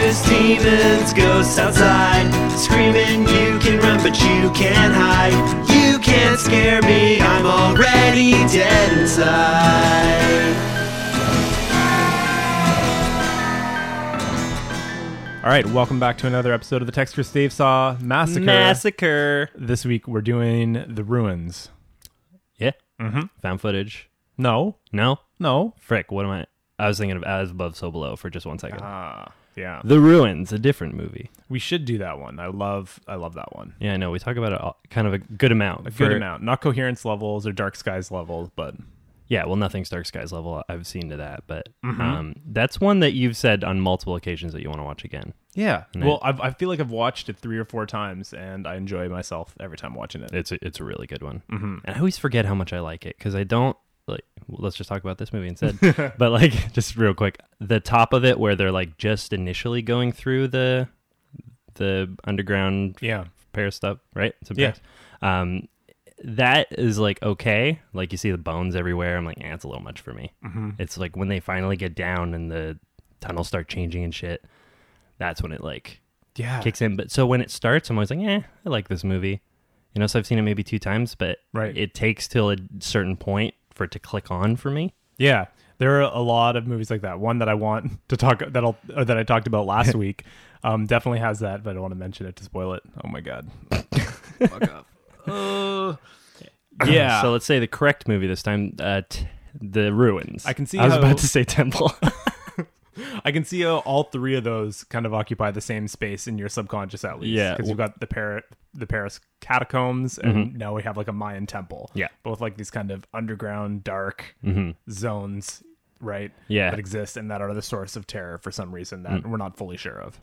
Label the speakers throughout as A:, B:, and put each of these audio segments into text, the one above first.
A: Those demons, ghosts outside, screaming, you can run, but you can't hide. You can't scare me, I'm already dead inside.
B: All right, welcome back to another episode of the Text for Stave Saw Massacre.
C: Massacre.
B: This week we're doing the ruins.
C: Yeah. Mm-hmm. Found footage.
B: No,
C: No.
B: no,
C: Frick. What am I? I was thinking of as above, so below for just one second.
B: Ah. yeah,
C: the Ruins, a different movie.
B: we should do that one. I love, I love that one.
C: Yeah, I know. We talk about it all, kind of a good amount.
B: A good amount, not coherence levels or dark skies levels, but
C: Yeah, well, nothing's Dark Skies level. I've seen to that, but
B: Mm-hmm.
C: um, that's one that you've said on multiple occasions that you want to watch again.
B: yeah. Well, I've, I feel like I've watched it three or four times, and I enjoy myself every time watching it.
C: It's a, it's a really good one, mm-hmm. and I always forget how much I like it because I don't like. well, let's just talk about this movie instead. but like, just real quick, the top of it where they're like just initially going through the the underground
B: Yeah,
C: Paris stuff, right? It's in
B: Yeah.
C: Paris. Um, that is like okay. Like you see the bones everywhere. I'm like, yeah, it's a little much for me.
B: Mm-hmm.
C: It's like when they finally get down and the tunnels start changing and shit. That's when it like
B: yeah,
C: kicks in. But so when it starts, I'm always like, eh, I like this movie. You know, so I've seen it maybe two times, but
B: Right.
C: it takes till a certain point for it to click on for me.
B: yeah. There are a lot of movies like that. One that I want to talk that I'll or that I talked about last week um, definitely has that, but I don't want to mention it to spoil it. Oh my god. Yeah.
C: so let's say the correct movie this time, uh, t- The Ruins.
B: I can see
C: I was
B: how-
C: about to say Temple.
B: I can see how all three of those kind of occupy the same space in your subconscious at least.
C: Yeah.
B: because you've got the Paris, the Paris catacombs, and now we have like a Mayan temple.
C: Mm-hmm. Yeah. Mm-hmm.
B: both like these kind of underground dark zones, right?
C: Yeah. Mm.
B: that exist and that are the source of terror for some reason that we're not fully sure of.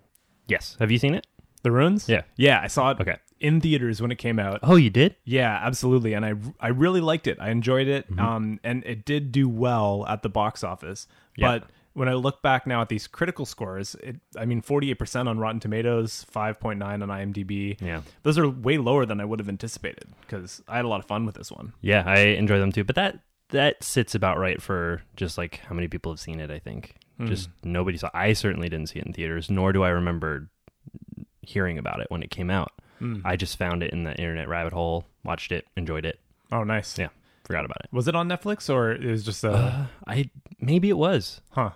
C: yes. Have you seen it?
B: The ruins.
C: Yeah.
B: yeah, I saw it.
C: Okay.
B: in theaters when it came out.
C: Oh, you did?
B: Yeah, absolutely. And I I really liked it. I enjoyed it.
C: Mm-hmm.
B: Um and it did do well at the box office.
C: Yeah.
B: But when I look back now at these critical scores, it I mean 48% on Rotten Tomatoes, 5.9 on IMDb.
C: Yeah.
B: Those are way lower than I would have anticipated cuz I had a lot of fun with this one.
C: Yeah, I enjoy them too. But that that sits about right for just like how many people have seen it. I think just nobody saw. I certainly didn't see it in theaters, nor do I remember hearing about it when it came out. I just found it in the internet rabbit hole, watched it, enjoyed it.
B: Oh, nice.
C: Yeah, forgot about it.
B: Was it on Netflix or it was just a
C: I maybe it was.
B: huh.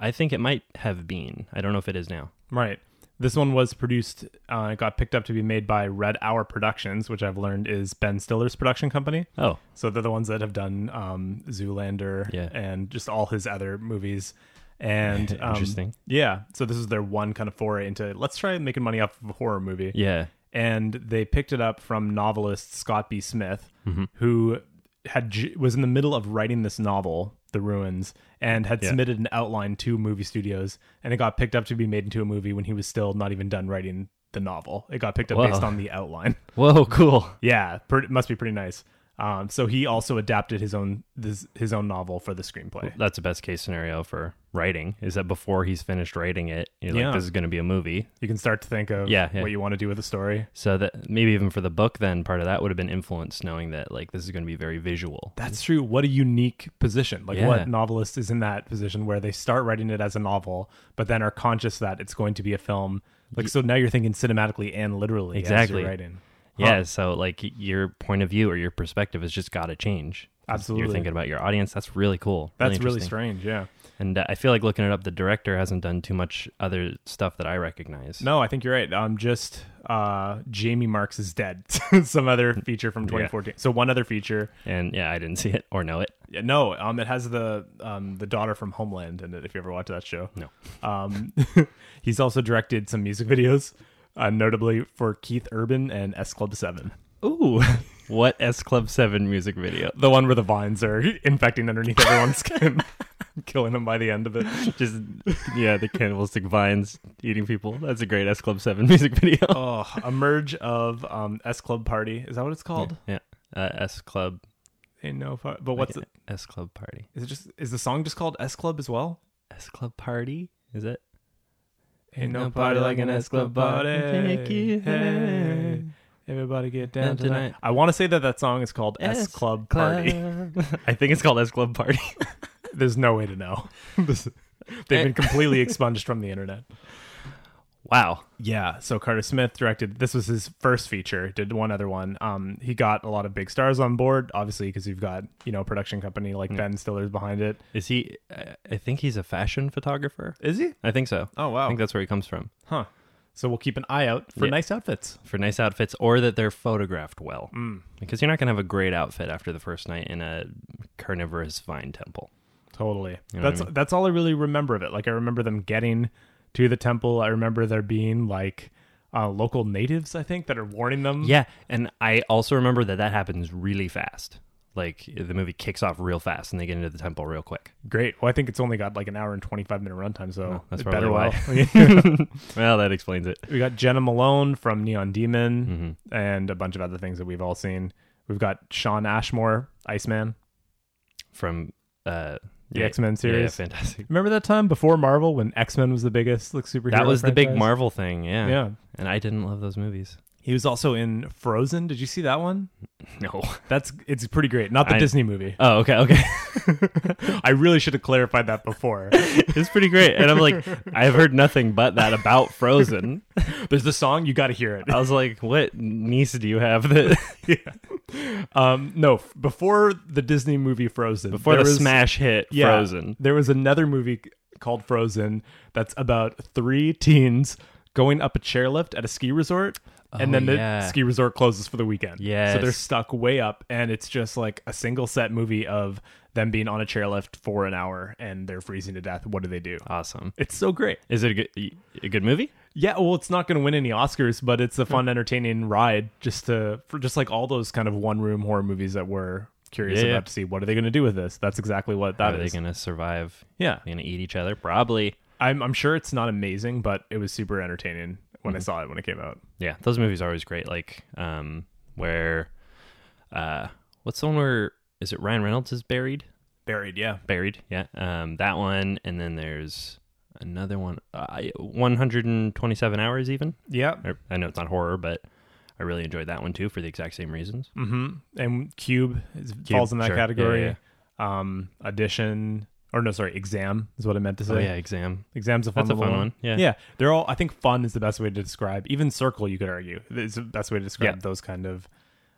C: I think it might have been. I don't know if it is now.
B: Right. This one was produced, uh, it got picked up to be made by Red Hour Productions, which I've learned is Ben Stiller's production company.
C: Oh,
B: So they're the ones that have done um, Zoolander
C: Yeah.
B: and just all his other movies. And um,
C: Interesting.
B: yeah. So this is their one kind of foray into let's try making money off of a horror movie.
C: yeah.
B: And they picked it up from novelist Scott B. Smith,
C: Mm-hmm.
B: who had j- was in the middle of writing this novel, The Ruins, and had submitted an outline to movie studios. And it got picked up to be made into a movie when he was still not even done writing the novel. It got picked up
C: Wow.
B: based on the outline.
C: Whoa, cool.
B: Yeah, per- must be pretty nice. Um, so he also adapted his own this, his own novel for the screenplay.
C: That's the best case scenario for writing is that before he's finished writing it, you're
B: Yeah.
C: like, this is going to be a movie.
B: You can start to think of
C: Yeah, yeah.
B: what you want to do with the story.
C: So that maybe even for the book, then part of that would have been influenced, knowing that like this is going to be very visual.
B: That's true. What a unique position. Like
C: Yeah.
B: what novelist is in that position where they start writing it as a novel, but then are conscious that it's going to be a film. Like so now you're thinking cinematically and literally as
C: Exactly.
B: you're writing.
C: Yeah. So like y- your point of view or your perspective has just got to change. 'Cause
B: Absolutely.
C: You're thinking about your audience. That's really cool.
B: That's really,
C: interesting.
B: strange, yeah.
C: And uh, I feel like looking it up, the director hasn't done too much other stuff that I recognize.
B: No, I think you're right. Um just uh Jamie Marks is dead. Some other feature from 2014. So one other feature
C: And yeah, I didn't see it or know it.
B: Yeah, no, um, it has the um, the daughter from Homeland in it. If you ever watch that show,
C: No.
B: Um, he's also directed some music videos, uh, notably for Keith Urban and S Club Seven,
C: Ooh. what S Club 7 music video?
B: the one where the vines are infecting underneath everyone's skin, killing them by the end of it.
C: Just, yeah, the cannibalistic vines eating people. That's a great S Club 7 music video.
B: Oh, a merge of um, S Club Party is that what it's called?
C: Yeah. Uh, S Club.
B: Ain't no, fu- but what's it?
C: S Club Party.
B: Is it just is the song just called S Club as well?
C: S Club Party? Is it?
B: Ain't
C: no party like an S Club party. Take you
B: Hey,
C: home.
B: everybody get down
C: Down
B: tonight.
C: tonight.
B: I want to say that that song is called S, Club Party.
C: I think it's called S Club Party.
B: There's no way to know. This- They've been completely expunged from the internet.
C: Wow.
B: Yeah, so Carter Smith directed. This was his first feature. Did one other one. Um, he got a lot of big stars on board, obviously, because you've got you know a production company
C: Mm.
B: like Ben Stiller's behind it.
C: Is he? I I think he's a fashion photographer.
B: Is he?
C: I think so.
B: Oh, wow.
C: I think that's where he comes from.
B: Huh. So we'll keep an eye out for
C: Yeah.
B: nice outfits.
C: For nice outfits, or that they're photographed well, mm. because you're not gonna have a great outfit after the first night in a carnivorous vine temple.
B: Totally.
C: know what I
B: that's that's all I really remember of it. Like I remember them getting to the temple. I remember there being like uh, local natives, I think, that are warning them.
C: Yeah, and I also remember that that happens really fast. Like the movie kicks off real fast, and they get into the temple real quick.
B: Great. Well, I think it's only got like an hour and twenty five minute runtime, so
C: Oh, that's
B: Oh, it
C: probably
B: better
C: why.
B: well.
C: Well, that explains it. Mm-hmm.
B: we got Jenna Malone from Neon Demon and a bunch of other things that we've all seen. We've got Sean Ashmore, Iceman.
C: From uh,
B: The
C: yeah,
B: X-Men series.
C: Yeah, fantastic.
B: Remember that time before Marvel when X Men was the biggest like superhero?
C: That was the big
B: franchise?
C: Marvel thing. Yeah,
B: Yeah.
C: And I didn't love those movies.
B: He was also in Frozen. Did you see that one?
C: No.
B: That's it's pretty great. Not the
C: I-
B: Disney movie.
C: Oh, okay, okay.
B: I really should have clarified that before.
C: it's pretty great. And I'm like, I've heard nothing but that about Frozen.
B: There's the song you got to hear it.
C: I was like, what niece do you have that
B: Um, no, f- before the Disney movie Frozen,
C: for
B: there
C: the
B: was-
C: smash hit
B: yeah,
C: Frozen?
B: There was another movie c- called Frozen that's about three teens going up a chairlift at a ski resort. And
C: Oh,
B: then the
C: yeah.
B: ski resort closes for the weekend. So they're
C: Yes.
B: stuck way up, and it's just like a single set movie of them being on a chairlift for an hour and they're freezing to death. What do they do?
C: Awesome.
B: It's so great.
C: Is it a good, a good movie?
B: Yeah, well, it's not going to win any Oscars, but it's a fun,
C: Hmm.
B: entertaining ride. Just to for just like all those kind of one room horror movies that we're curious
C: Yeah,
B: about
C: yeah.
B: to see. What are they going to do with this? That's exactly what that
C: Are
B: is.
C: they going to survive?
B: yeah,
C: They're going to eat each other? Probably.
B: I'm I'm sure it's not amazing, but it was super entertaining when
C: Mm-hmm.
B: I saw it when it came out.
C: Yeah, those movies are always great. Like, um, where, uh, what's the one where is it Ryan Reynolds is buried?
B: Buried, yeah.
C: Buried, yeah. Um, that one, and then there's another one. Uh, 127 hours, even.
B: Yeah.
C: Or- I know it's not horror, but I really enjoyed that one too for the exact same reasons.
B: Mm-hmm. And Cube, is, falls in that
C: sure. Yeah,
B: category.
C: yeah,
B: Um, audition or no, sorry, exam is what I meant to say.
C: Oh yeah, exam.
B: Exam's a fun,
C: That's a
B: little
C: fun one, yeah.
B: yeah. They're all. I think fun is the best way to describe. Even circle, you could argue, is the best way to describe
C: Yeah.
B: those kind of.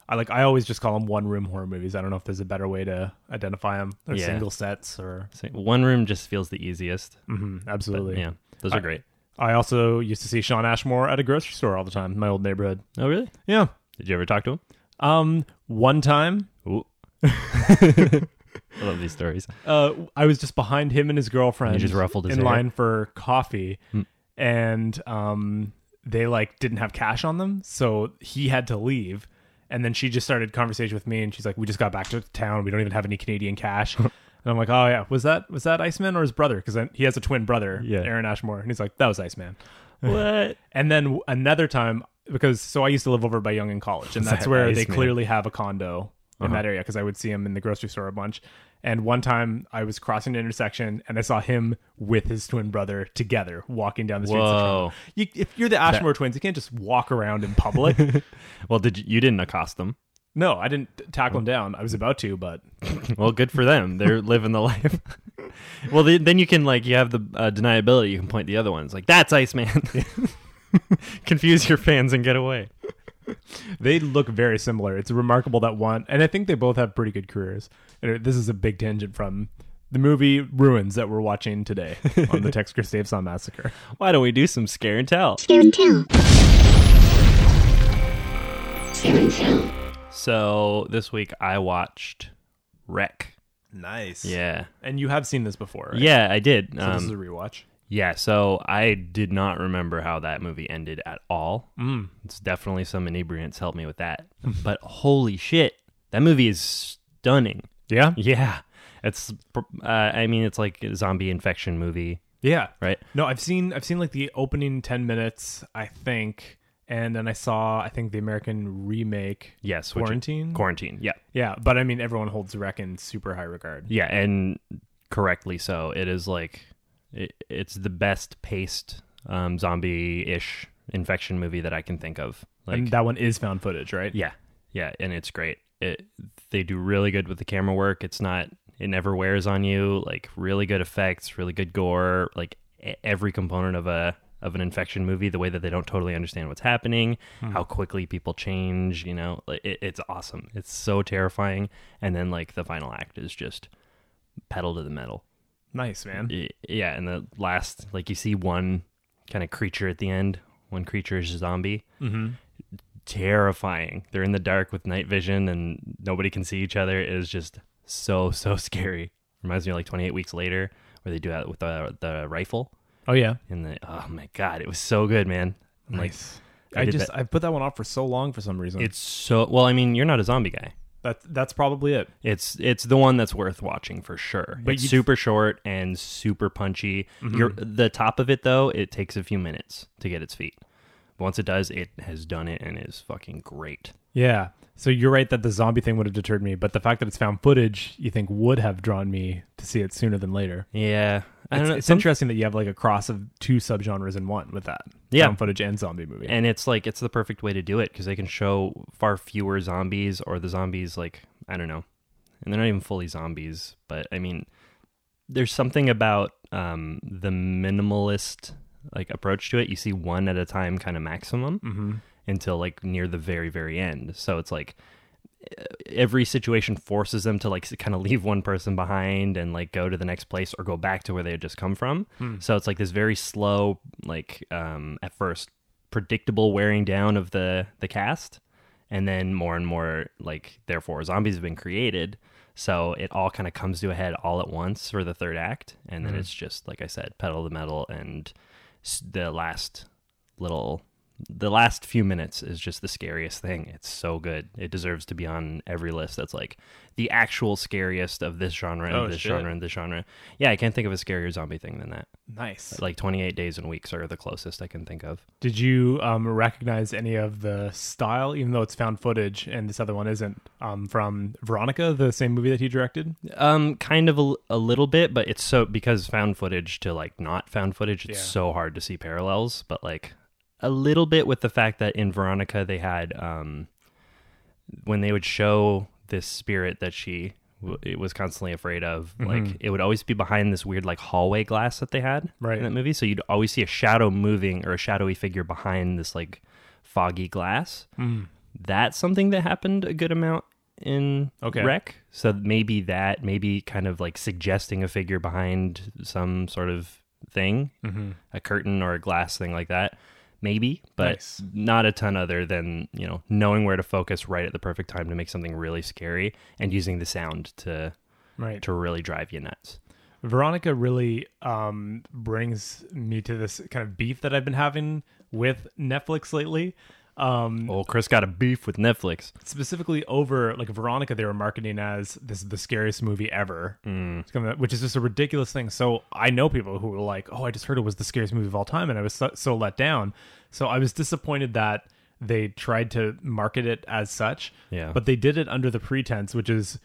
B: I like. I always just call them one room horror movies. I don't know if there's a better way to identify them. They're
C: Yeah.
B: single sets or.
C: So one room just feels the easiest.
B: Mhm, absolutely.
C: Yeah, those
B: I-
C: are great.
B: I also used to see Sean Ashmore at a grocery store all the time in my old neighborhood.
C: Oh really?
B: Yeah.
C: Did you ever talk to him?
B: Um. One time,
C: Ooh. I love these stories.
B: uh, I was just behind him and his girlfriend.
C: You just ruffled his
B: in
C: hair. Hmm.
B: line for coffee, and um, they like didn't have cash on them, so he had to leave. And then she just started conversation with me, and she's like, "We just got back to town. We don't even have any Canadian cash." and I'm like, "Oh yeah, was that was that Iceman or his brother? Because he has a twin brother,
C: Yeah.
B: Aaron Ashmore." And he's like, "That was Iceman."
C: What?
B: And then w- another time, because so I used to live over by Young in College, and that's where they
C: Iceman.
B: clearly have a condo in that area because I would see him in the grocery store a bunch. And one time I was crossing an intersection and I saw him with his twin brother together walking down the streets. of Toronto.
C: Whoa.
B: You, if you're the Ashmore twins, you can't just walk around in public.
C: Well, did you, you didn't accost them?
B: no, I didn't t- tackle him down. I was about to, but
C: Well, good for them. They're living the life. well, then then you can like you have the uh, deniability. You can point the other ones like that's Iceman. Confuse your fans and get away.
B: they look very similar. It's remarkable that one, and I think they both have pretty good careers. And This is a big tangent from the movie Ruins that we're watching today on the Tex Gustavson Massacre.
C: Why don't we do some scare and tell?
D: Scare and tell. Scare and tell.
C: So this week I watched Wreck.
B: Nice.
C: Yeah,
B: And you have seen this before, right?
C: yeah, I did.
B: So this is a
C: Um,
B: rewatch.
C: yeah, so I did not remember how that movie ended at all. Mm. It's definitely some inebriants helped me with that. but holy shit, that movie is stunning.
B: Yeah.
C: Yeah, it's. pr- Uh, I mean, it's like a zombie infection movie,
B: Yeah.
C: right?
B: No, I've seen I've seen like the opening ten minutes, I think, and then I saw I think the American remake.
C: Yes, which-
B: Quarantine.
C: quarantine. Yeah,
B: yeah, but I mean everyone holds Wreck in super high regard.
C: yeah, and correctly so. It is like it, it's the best paced um, zombie-ish infection movie that I can think of. Like
B: and that one is found footage, right?
C: Yeah, yeah, and it's great. It they do really good with the camera work. It's not it never wears on you. Like really good effects, really good gore. Like e- every component of a of an infection movie, the way that they don't totally understand what's happening, how quickly people change, you know, like, it, it's awesome. It's so terrifying. And then like the final act is just pedal to the metal.
B: Nice, man.
C: Y- Yeah, and the last, like you see one kind of creature at the end. One creature is a zombie. Mm-hmm. Terrifying. They're in the dark with night vision, and nobody can see each other. It is just so so scary. Reminds me of like 28 weeks later, where they do that with the the rifle.
B: Oh yeah.
C: And the oh my god, it was so good, man. I'm like,
B: Nice.
C: I
B: I
C: did
B: just
C: that-
B: I put that one off for so long for some reason.
C: it's so well. I mean, you're not a zombie guy.
B: that that's probably it.
C: It's it's the one that's worth watching for sure.
B: But
C: it's
B: you-
C: super short and super punchy. You're, the top of it though, it takes a few minutes to get its feet. Once it does, it has done it and is fucking great.
B: Yeah. So you're right that the zombie thing would have deterred me, but the fact that it's found footage, you think would have drawn me to see it sooner than later.
C: Yeah, I
B: It's,
C: don't know.
B: it's
C: some-
B: interesting that you have like a cross of two subgenres in one with that.
C: Yeah.
B: Found footage and zombie movie.
C: and it's like it's the perfect way to do it because they can show far fewer zombies or the zombies like I don't know, and they're not even fully zombies. But I mean, there's something about um, the minimalist like approach to it. You see one at a time, kind of maximum.
B: mm-hmm.
C: until like near the very very end so it's like e- every situation forces them to like kind of leave one person behind and like go to the next place or go back to where they had just come from so it's like this very slow like um at first predictable wearing down of the the cast and then more and more like therefore zombies have been created so it all kind of comes to a head all at once for the third act and
B: Mm-hmm.
C: then it's just like i said pedal to the metal and s- the last little the last few minutes is just the scariest thing it's so good it deserves to be on every list that's like the actual scariest of this genre and
B: Oh,
C: this
B: shit.
C: genre and this genre yeah i can't think of a scarier zombie thing than that
B: Nice.
C: like 28 days and weeks are the closest i can think of
B: Did you um, recognize any of the style, even though it's found footage and this other one isn't, um, from Veronica, the same movie that he directed?
C: Um, kind of a, a little bit, but it's so because found footage to like not found footage, it's
B: Yeah.
C: so hard to see parallels. But like a little bit with the fact that in Veronica they had um when they would show this spirit that she w- it was constantly afraid of,
B: Mm-hmm.
C: like it would always be behind this weird like hallway glass that they had
B: Right.
C: in that movie. So you'd always see a shadow moving or a shadowy figure behind this like foggy glass that's something that happened a good amount in
B: Okay.
C: Wreck. So maybe that, maybe kind of like suggesting a figure behind some sort of thing, mm-hmm. a curtain or a glass thing like that. Maybe, but
B: Nice.
C: not a ton other than, you know, knowing where to focus right at the perfect time to make something really scary and using the sound to
B: Right.
C: to really drive you nuts.
B: Veronica really um, brings me to this kind of beef that I've been having with Netflix lately. Um,
C: Well, Chris got a beef with Netflix.
B: specifically over like Veronica, they were marketing as this is the scariest movie ever, It's gonna- which is just a ridiculous thing. So I know people who were like, "Oh, I just heard it was the scariest movie of all time," and I was so, so let down. So I was disappointed that they tried to market it as such.
C: Yeah.
B: but they did it under the pretense, which is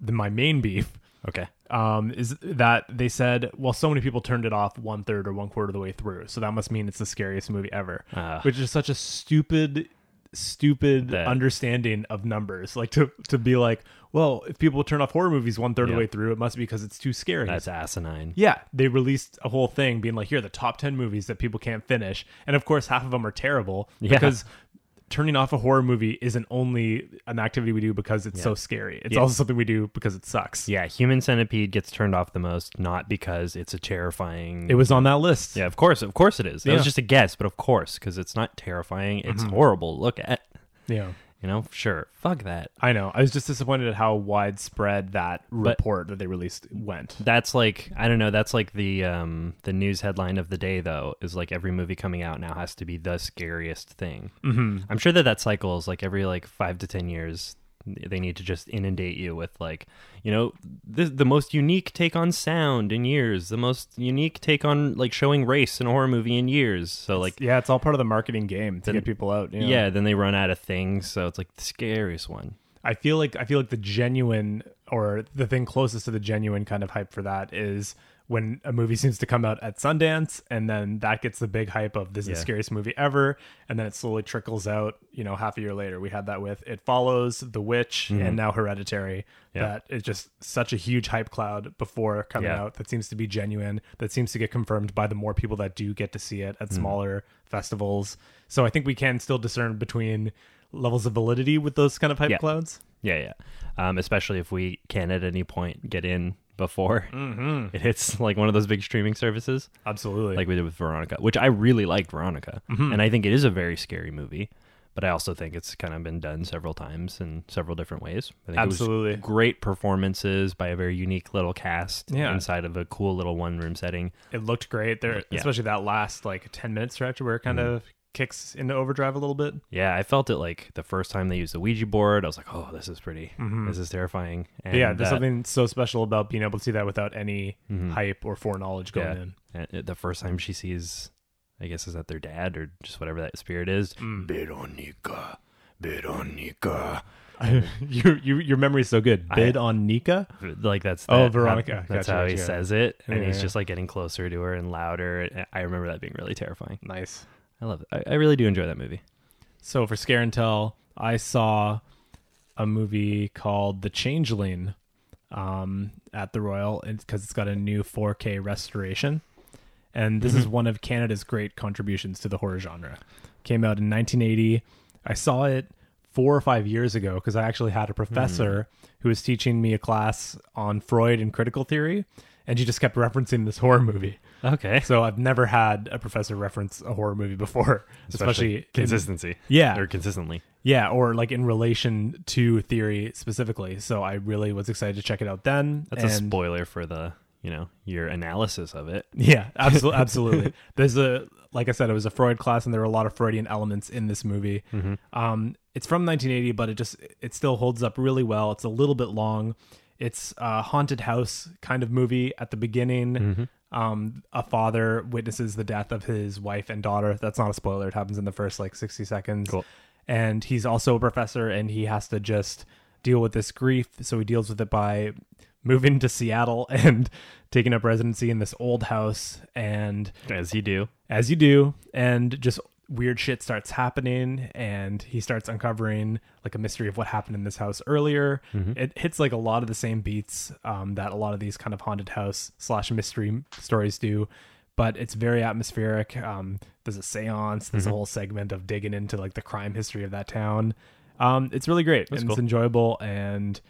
B: the, my main beef.
C: Okay.
B: Um, is that they said, well, so many people turned it off one third or one quarter of the way through, so that must mean it's the scariest movie ever,
C: Ah.
B: which is such a stupid, stupid
C: That-
B: understanding of numbers. Like to to be like, well, if people turn off horror movies one third of
C: Yeah.
B: the way through, it must be because it's too scary.
C: That's asinine.
B: yeah, they released a whole thing being like, here are the top ten movies that people can't finish, and of course, half of them are terrible
C: Yeah.
B: because. Turning off a horror movie isn't only an activity we do because it's so scary. It's also something we do because it sucks.
C: Yeah, human centipede gets turned off the most, not because it's a terrifying
B: It was on that list.
C: Yeah, of course, of course it is. That was
B: Yeah.
C: just a guess, but of course, because it's not terrifying. It's horrible. to Look at,
B: Yeah.
C: you know, sure, fuck that.
B: I know. I was just disappointed at how widespread that report that they released went.
C: That's like I don't know. That's like the um the news headline of the day though is like every movie coming out now has to be the scariest thing. Mm-hmm. I'm sure that that cycle is like every like five to ten years they need to just inundate you with like you know this, the most unique take on sound in years the most unique take on like showing race in a horror movie in years so like
B: Yeah, it's all part of the marketing game to get people out.
C: yeah.
B: Yeah.
C: then they run out of things so it's like the scariest one
B: I feel like I feel like the genuine or the thing closest to the genuine kind of hype for that is when a movie seems to come out at Sundance, and then that gets the big hype of this is the
C: Yeah.
B: scariest movie ever, and then it slowly trickles out. You know, half a year later, we had that with It Follows, The Witch, and now Hereditary.
C: Yeah.
B: That is just such a huge hype cloud before coming
C: Yeah.
B: out that seems to be genuine, that seems to get confirmed by the more people that do get to see it
C: Mm.
B: at smaller festivals. So I think we can still discern between levels of validity with those kind of hype
C: Yeah.
B: clouds.
C: Yeah, yeah. Um, especially if we can at any point get in before
B: Mm-hmm.
C: it hits like one of those big streaming services,
B: Absolutely.
C: like we did with Veronica, which I really liked Veronica,
B: Mm-hmm.
C: and I think it is a very scary movie. But I also think it's kind of been done several times in several different ways. I think it was
B: Absolutely.
C: great performances by a very unique little cast
B: Yeah.
C: inside of a cool little one room setting.
B: it looked great there
C: Yeah. Mm-hmm.
B: especially that last like 10 minute stretch where it kind of kicks into overdrive a little bit
C: Yeah, I felt it like the first time they used the Ouija board. I was like, oh, this is pretty. This is terrifying. And Mm-hmm.
B: But Mm-hmm. yeah there's
C: uh,
B: something so special about being able to see that without any hype or foreknowledge going in
C: And it- the first time she sees, I guess, is that their dad or just whatever that spirit is.
B: Mm.
C: Veronica, Veronica.
B: you, you your memory's so good bid on nika
C: Like that's
B: Oh,
C: that- how-
B: Veronica.
C: that's
B: Gotcha,
C: how he
B: gotcha.
C: says it, and
B: Yeah,
C: he's
B: yeah.
C: just like getting closer to her and louder. And I remember that being really terrifying.
B: nice
C: I love it. I, I really do enjoy that movie.
B: so for scare and tell i saw a movie called the changeling um, at the royal because it's got a new 4k restoration and this is one of Canada's great contributions to the horror genre. Came out in 1980. I saw it four or five years ago because I actually had a professor who was teaching me a class on Freud and critical theory, and she just kept referencing this horror movie.
C: Okay,
B: So I've never had a professor reference a horror movie before, especially, in-
C: consistency.
B: Yeah.
C: or consistently.
B: yeah, or like in relation to theory specifically. So I really was excited to check it out then.
C: That's a
B: and-
C: spoiler for the you know your analysis of it.
B: Yeah, absolutely, absolutely. There's a like I said, it was a Freud class, and there were a lot of Freudian elements in this movie.
C: Mm-hmm.
B: Um, it's from 1980, but it just it still holds up really well. It's a little bit long. It's a haunted house kind of movie at the beginning.
C: Mm-hmm.
B: Um, a father witnesses the death of his wife and daughter. That's not a spoiler. It happens in the first like 60 seconds.
C: Cool.
B: And he's also a professor, and he has to just deal with this grief. So he deals with it by moving to Seattle and taking up residency in this old house and
C: As you do.
B: as you do and just weird shit starts happening and he starts uncovering like a mystery of what happened in this house earlier
C: Mm-hmm.
B: it hits like a lot of the same beats um, that a lot of these kind of haunted house slash mystery stories do but it's very atmospheric um, there's a seance there's
C: Mm-hmm.
B: a whole segment of digging into like the crime history of that town um, it's really great and it's
C: cool.
B: enjoyable and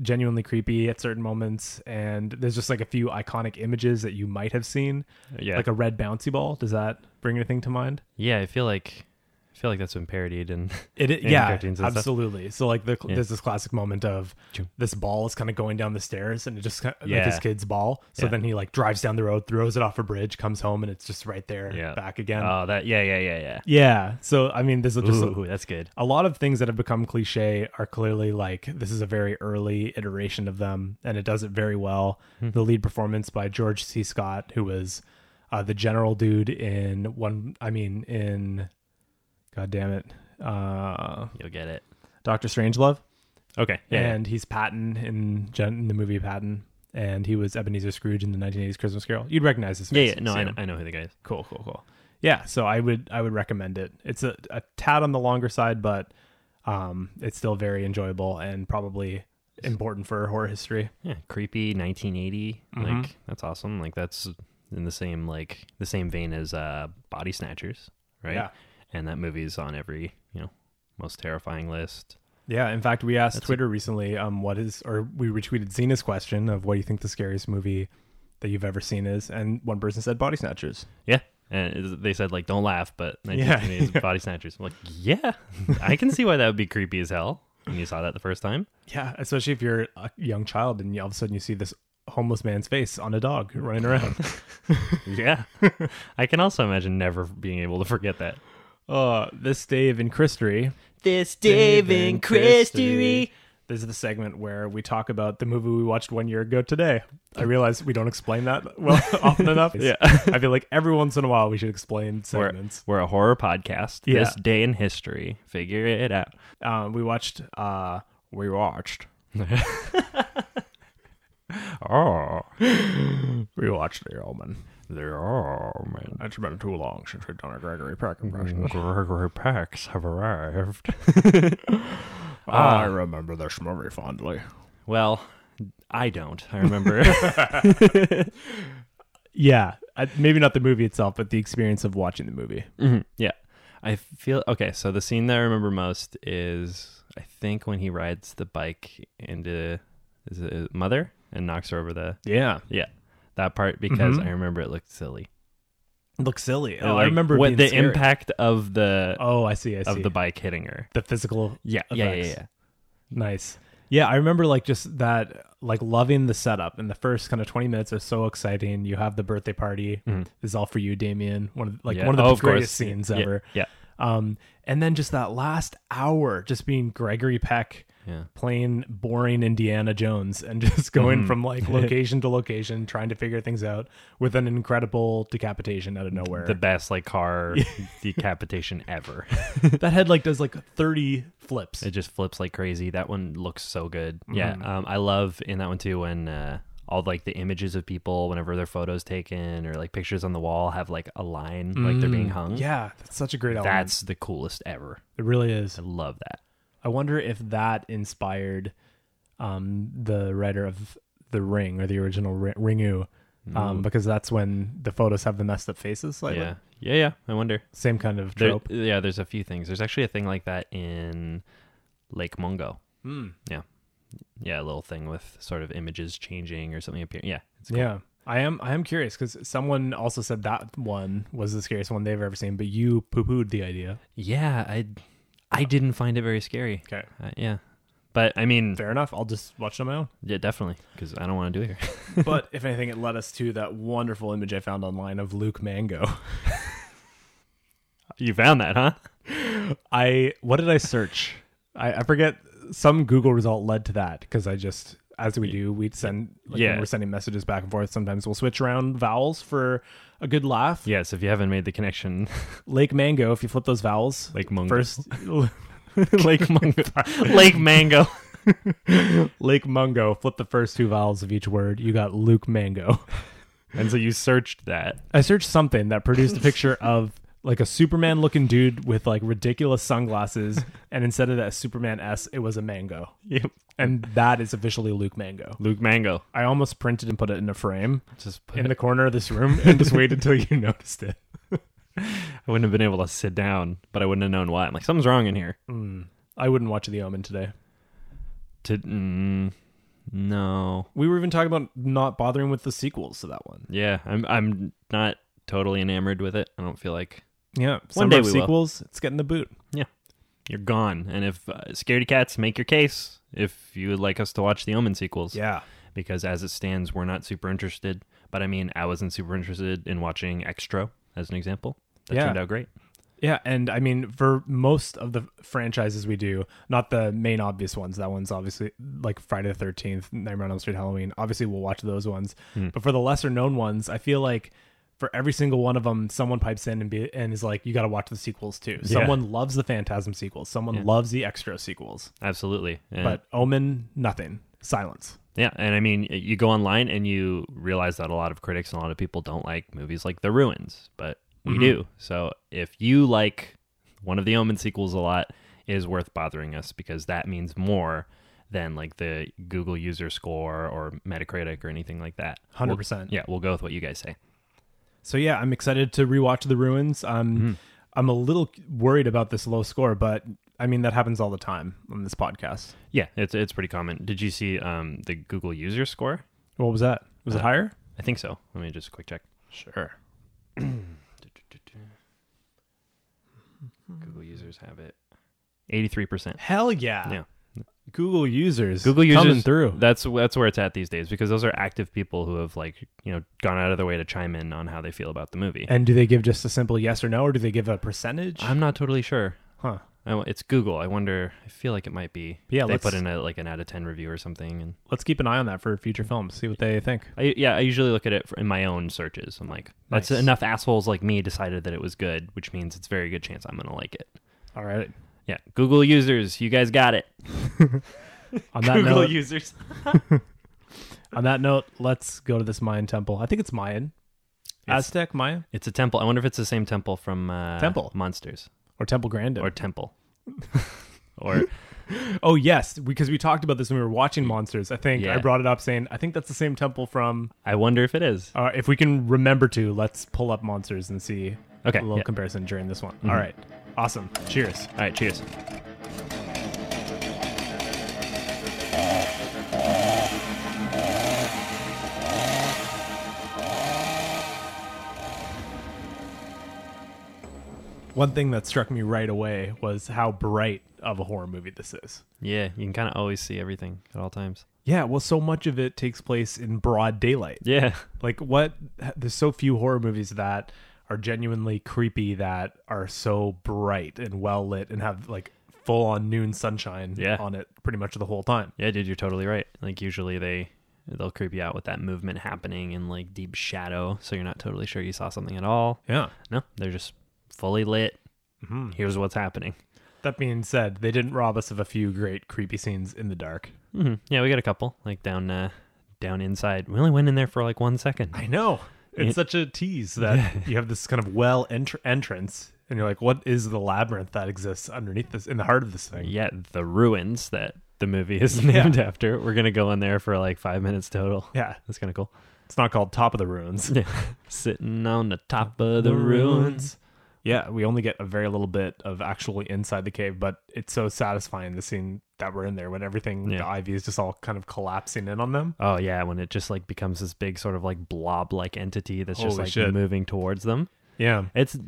B: genuinely creepy at certain moments and there's just like a few iconic images that you might have seen
C: Yeah.
B: like a red bouncy ball does that bring anything to mind
C: Yeah, I feel like I feel like that's been parodied and
B: it,
C: in
B: yeah
C: cartoons and stuff.
B: absolutely so like the,
C: Yeah.
B: there's this classic moment of this ball is kind of going down the stairs and it just kind like
C: Yeah.
B: his kid's ball so
C: Yeah.
B: then he like drives down the road throws it off a bridge comes home and it's just right there
C: yeah
B: back again
C: Oh, that yeah yeah yeah yeah.
B: yeah so i mean there's a- just a-
C: Ooh, that's good.
B: a lot of things that have become cliche are clearly like this is a very early iteration of them and it does it very well
C: Hmm.
B: the lead performance by george c scott who was uh, the general dude in one i mean in god damn it uh,
C: You'll get it.
B: dr strangelove
C: Okay. Yeah.
B: and he's patton in, gen- in the movie patton and he was ebenezer scrooge in the 1980s christmas carol you'd recognize his
C: yeah,
B: face
C: yeah. No,
B: so-
C: I know, I know who the guy is.
B: cool cool cool yeah so i would i would recommend it it's a, a tad on the longer side but um it's still very enjoyable and probably important for horror history
C: Yeah, creepy 1980. Like that's awesome. Like that's in the same like the same vein as uh Body Snatchers, right?
B: Yeah.
C: And that movie's on every, you know, most terrifying list.
B: yeah in fact we asked twitter recently um what is or we retweeted xena's question of what do you think the scariest movie that you've ever seen is and one person said body snatchers
C: Yeah. And it- they said like don't laugh, but
B: Yeah.
C: 1980s Body Snatchers. I'm like, yeah. I can see why that would be creepy as hell when you saw that the first time.
B: yeah especially if you're a young child and you, all of a sudden you see this homeless man's face on a dog running around
C: Yeah. I can also imagine never being able to forget that.
B: uh this dave and christery
C: This
B: This is the segment where we talk about the movie we watched one year ago today. I realize we don't explain that well often enough.
C: Yeah.
B: I feel like every once in a while we should explain
C: We're,
B: segments.
C: we're a horror podcast.
B: Yeah.
C: This day in history. Figure it out.
B: Um, we watched. Uh, we watched.
C: Oh,
B: We watched Dear Allman.
C: there are man.
B: It's been too long since we've done a Gregory Peck impression.
C: Gregory Packs have arrived.
B: I remember this movie fondly.
C: Well, I don't. I remember.
B: Yeah, I, maybe not the movie itself, but the experience of watching the movie.
C: Mhm, Yeah. I feel okay. So the scene that I remember most is I think when he rides the bike into is it his mother and knocks her over the
B: Yeah,
C: yeah that part because
B: Mhm.
C: I remember it looked silly.
B: looks silly.
C: And,
B: Oh, I
C: like,
B: remember
C: what
B: being
C: the
B: scared.
C: impact of the
B: Oh, I see. I see.
C: of the bike hitting her.
B: the physical.
C: Yeah, yeah, yeah,
B: effects.
C: yeah.
B: Nice. Yeah, I remember like just that, like loving the setup and the first kind of twenty minutes are so exciting. You have the birthday party. This is all for you, Damien. One of like
C: Mm-hmm. Yeah.
B: one of the
C: Oh, of course.
B: greatest scenes
C: Yeah,
B: ever.
C: yeah.
B: Um, and then just that last hour, just being Gregory Peck
C: Yeah.
B: playing boring Indiana Jones and just
C: Mm-hmm.
B: going from like location to location, trying to figure things out with an incredible decapitation out of nowhere.
C: The best like car decapitation ever.
B: that head like does like thirty flips.
C: It just flips like crazy. That one looks so good. Yeah.
B: Mm-hmm.
C: Um, I love in that one too when uh, all like the images of people, whenever their photos taken or like pictures on the wall, have like a line like they're being hung.
B: Mm, yeah, that's such a great element.
C: That's the coolest ever.
B: it really is.
C: I love that.
B: I wonder if that inspired um, the writer of The Ring or the original Ri- Ringu, um, because that's when the photos have the messed up faces. Slightly.
C: yeah. Yeah. Yeah. I wonder.
B: Same kind of
C: There-
B: trope.
C: yeah. There's a few things. There's actually a thing like that in Lake Mungo.
B: Mm.
C: Yeah. Yeah. A little thing with sort of images changing or something appearing. Yeah. It's
B: Yeah. I am I am curious because someone also said that one was the scariest one they've ever seen, but you poo pooed the idea.
C: Yeah. I, I didn't find it very scary.
B: Okay.
C: Uh, yeah. But I mean,
B: Fair enough. I'll just watch it on my own.
C: Yeah, definitely. Because I don't want to do it here.
B: but if anything, it led us to that wonderful image I found online of Luke Mango.
C: you found that, huh?
B: I what did I search? I, I forget. Some Google result led to that because I just as we do, we send like when
C: Yeah.
B: we're sending messages back and forth. Sometimes we'll switch around vowels for a good laugh.
C: Yes. If you haven't made the connection,
B: Lake mango. If you flip those vowels,
C: Lake Mungo.
B: first
C: Lake Mungo, Lake Mango.
B: Lake Mungo. Flip the first two vowels of each word. You got Luke Mango.
C: And so you searched that.
B: I searched something that produced a picture of like a Superman looking dude with like ridiculous sunglasses, and instead of that Superman S, it was a mango,
C: Yep.
B: and that is officially Luke Mango.
C: Luke Mango.
B: I almost printed and put it in a frame
C: Just put
B: in the corner of this room and just waited until you noticed it.
C: I wouldn't have been able to sit down, but I wouldn't have known why. I'm like, something's wrong in here.
B: I wouldn't watch The Omen today.
C: To, mm, no.
B: We were even talking about not bothering with the sequels to that one.
C: Yeah, I'm. I'm not totally enamored with it. I don't feel like
B: Yeah,
C: One
B: summer
C: day
B: of
C: we will.
B: sequels. It's getting the boot.
C: you're gone. And if uh, Scaredy Cats make your case, if you would like us to watch the Omen sequels,
B: Yeah,
C: because as it stands, we're not super interested. But I mean, I wasn't super interested in watching Extra as an example. That
B: Yeah.
C: turned out great.
B: yeah, and I mean for most of the franchises we do, not the main obvious ones. That one's obviously like Friday the Thirteenth, Nightmare on Elm Street, Halloween. Obviously, we'll watch those ones.
C: Hmm.
B: But for the lesser known ones, I feel like. For every single one of them, someone pipes in and, be, and is like, "You got to watch the sequels too." Someone loves the Phantasm sequels. Someone loves the Extra sequels.
C: Absolutely. And,
B: but Omen, nothing, silence.
C: yeah, and I mean, you go online and you realize that a lot of critics and a lot of people don't like movies like The Ruins, but we
B: Mm-hmm.
C: do. So if you like one of the Omen sequels a lot, it is worth bothering us because that means more than like the Google user score or Metacritic or anything like that.
B: Hundred
C: We'll-
B: percent.
C: Yeah, we'll go with what you guys say.
B: So yeah, I'm excited to rewatch the ruins. Um,
C: Hmm.
B: I'm a little worried about this low score, but I mean that happens all the time on this podcast.
C: Yeah, it's it's pretty common. Did you see um, the Google user score?
B: What was that? Was it higher?
C: I think so. Let me just quick check.
B: Sure.
C: Google users have it. Eighty-three percent.
B: Hell yeah.
C: Yeah.
B: Google users.
C: Google users
B: coming through.
C: That's that's where it's at these days because those are active people who have like you know gone out of their way to chime in on how they feel about the movie.
B: and do they give just a simple yes or no, or do they give a percentage?
C: I'm not totally sure.
B: huh.
C: I, it's Google. I wonder. I feel like it might be.
B: Yeah,
C: they
B: let's-
C: put in a, like an out of ten review or something, and
B: Let's keep an eye on that for future films. See what they think.
C: I, yeah, I usually look at it for, in my own searches. I'm like, that's
B: Nice.
C: enough assholes like me decided that it was good, which means it's very good chance I'm gonna like it.
B: All right.
C: Yeah, Google users, you guys got it.
B: On that note,
C: users.
B: On that note, let's go to this Mayan temple. I think it's Mayan.
C: Yes.
B: Aztec, Maya,
C: It's a temple. I wonder if it's the same temple from uh,
B: Temple.
C: Monsters
B: or Temple Grandin.
C: or Temple or
B: oh, yes, because we talked about this when we were watching Monsters. I think
C: Yeah.
B: I brought it up saying, I think that's the same temple from.
C: I wonder if it is.
B: Uh, if we can remember to, let's pull up Monsters and see
C: Okay,
B: a little
C: yeah. Mm-hmm.
B: comparison during this one. All right. Awesome. Cheers.
C: All right, cheers.
B: One thing that struck me right away was how bright of a horror movie this is.
C: Yeah, you can kind of always see everything at all times.
B: Yeah, well, so much of it takes place in broad daylight.
C: Yeah,
B: Like, what? There's so few horror movies that are genuinely creepy that are so bright and well lit and have like full on noon sunshine
C: Yeah.
B: on it pretty much the whole time.
C: yeah, dude, you're totally right. Like usually they they'll creep you out with that movement happening in like deep shadow, so you're not totally sure you saw something at all.
B: Yeah.
C: No, they're just fully lit. Here's what's happening.
B: That being said, they didn't rob us of a few great creepy scenes in the dark.
C: hmm Yeah, we got a couple like down uh, down inside. We only went in there for like one second.
B: I know. It's
C: Yeah.
B: such a tease that you have this kind of well entr entrance, and you're like, what is the labyrinth that exists underneath this, in the heart of this thing?
C: yeah, the ruins that the movie is named after. We're gonna go in there for like five minutes total.
B: Yeah.
C: That's kind of cool.
B: It's not called Top of the Ruins.
C: Sitting on the top of the ruins.
B: Yeah, we only get a very little bit of actually inside the cave, but it's so satisfying the scene that we're in there when everything, the
C: Yeah.
B: ivy is just all kind of collapsing in on them.
C: Oh yeah, when it just like becomes this big sort of like blob like entity that's just
B: Holy
C: like
B: shit.
C: moving towards them.
B: Yeah.
C: It's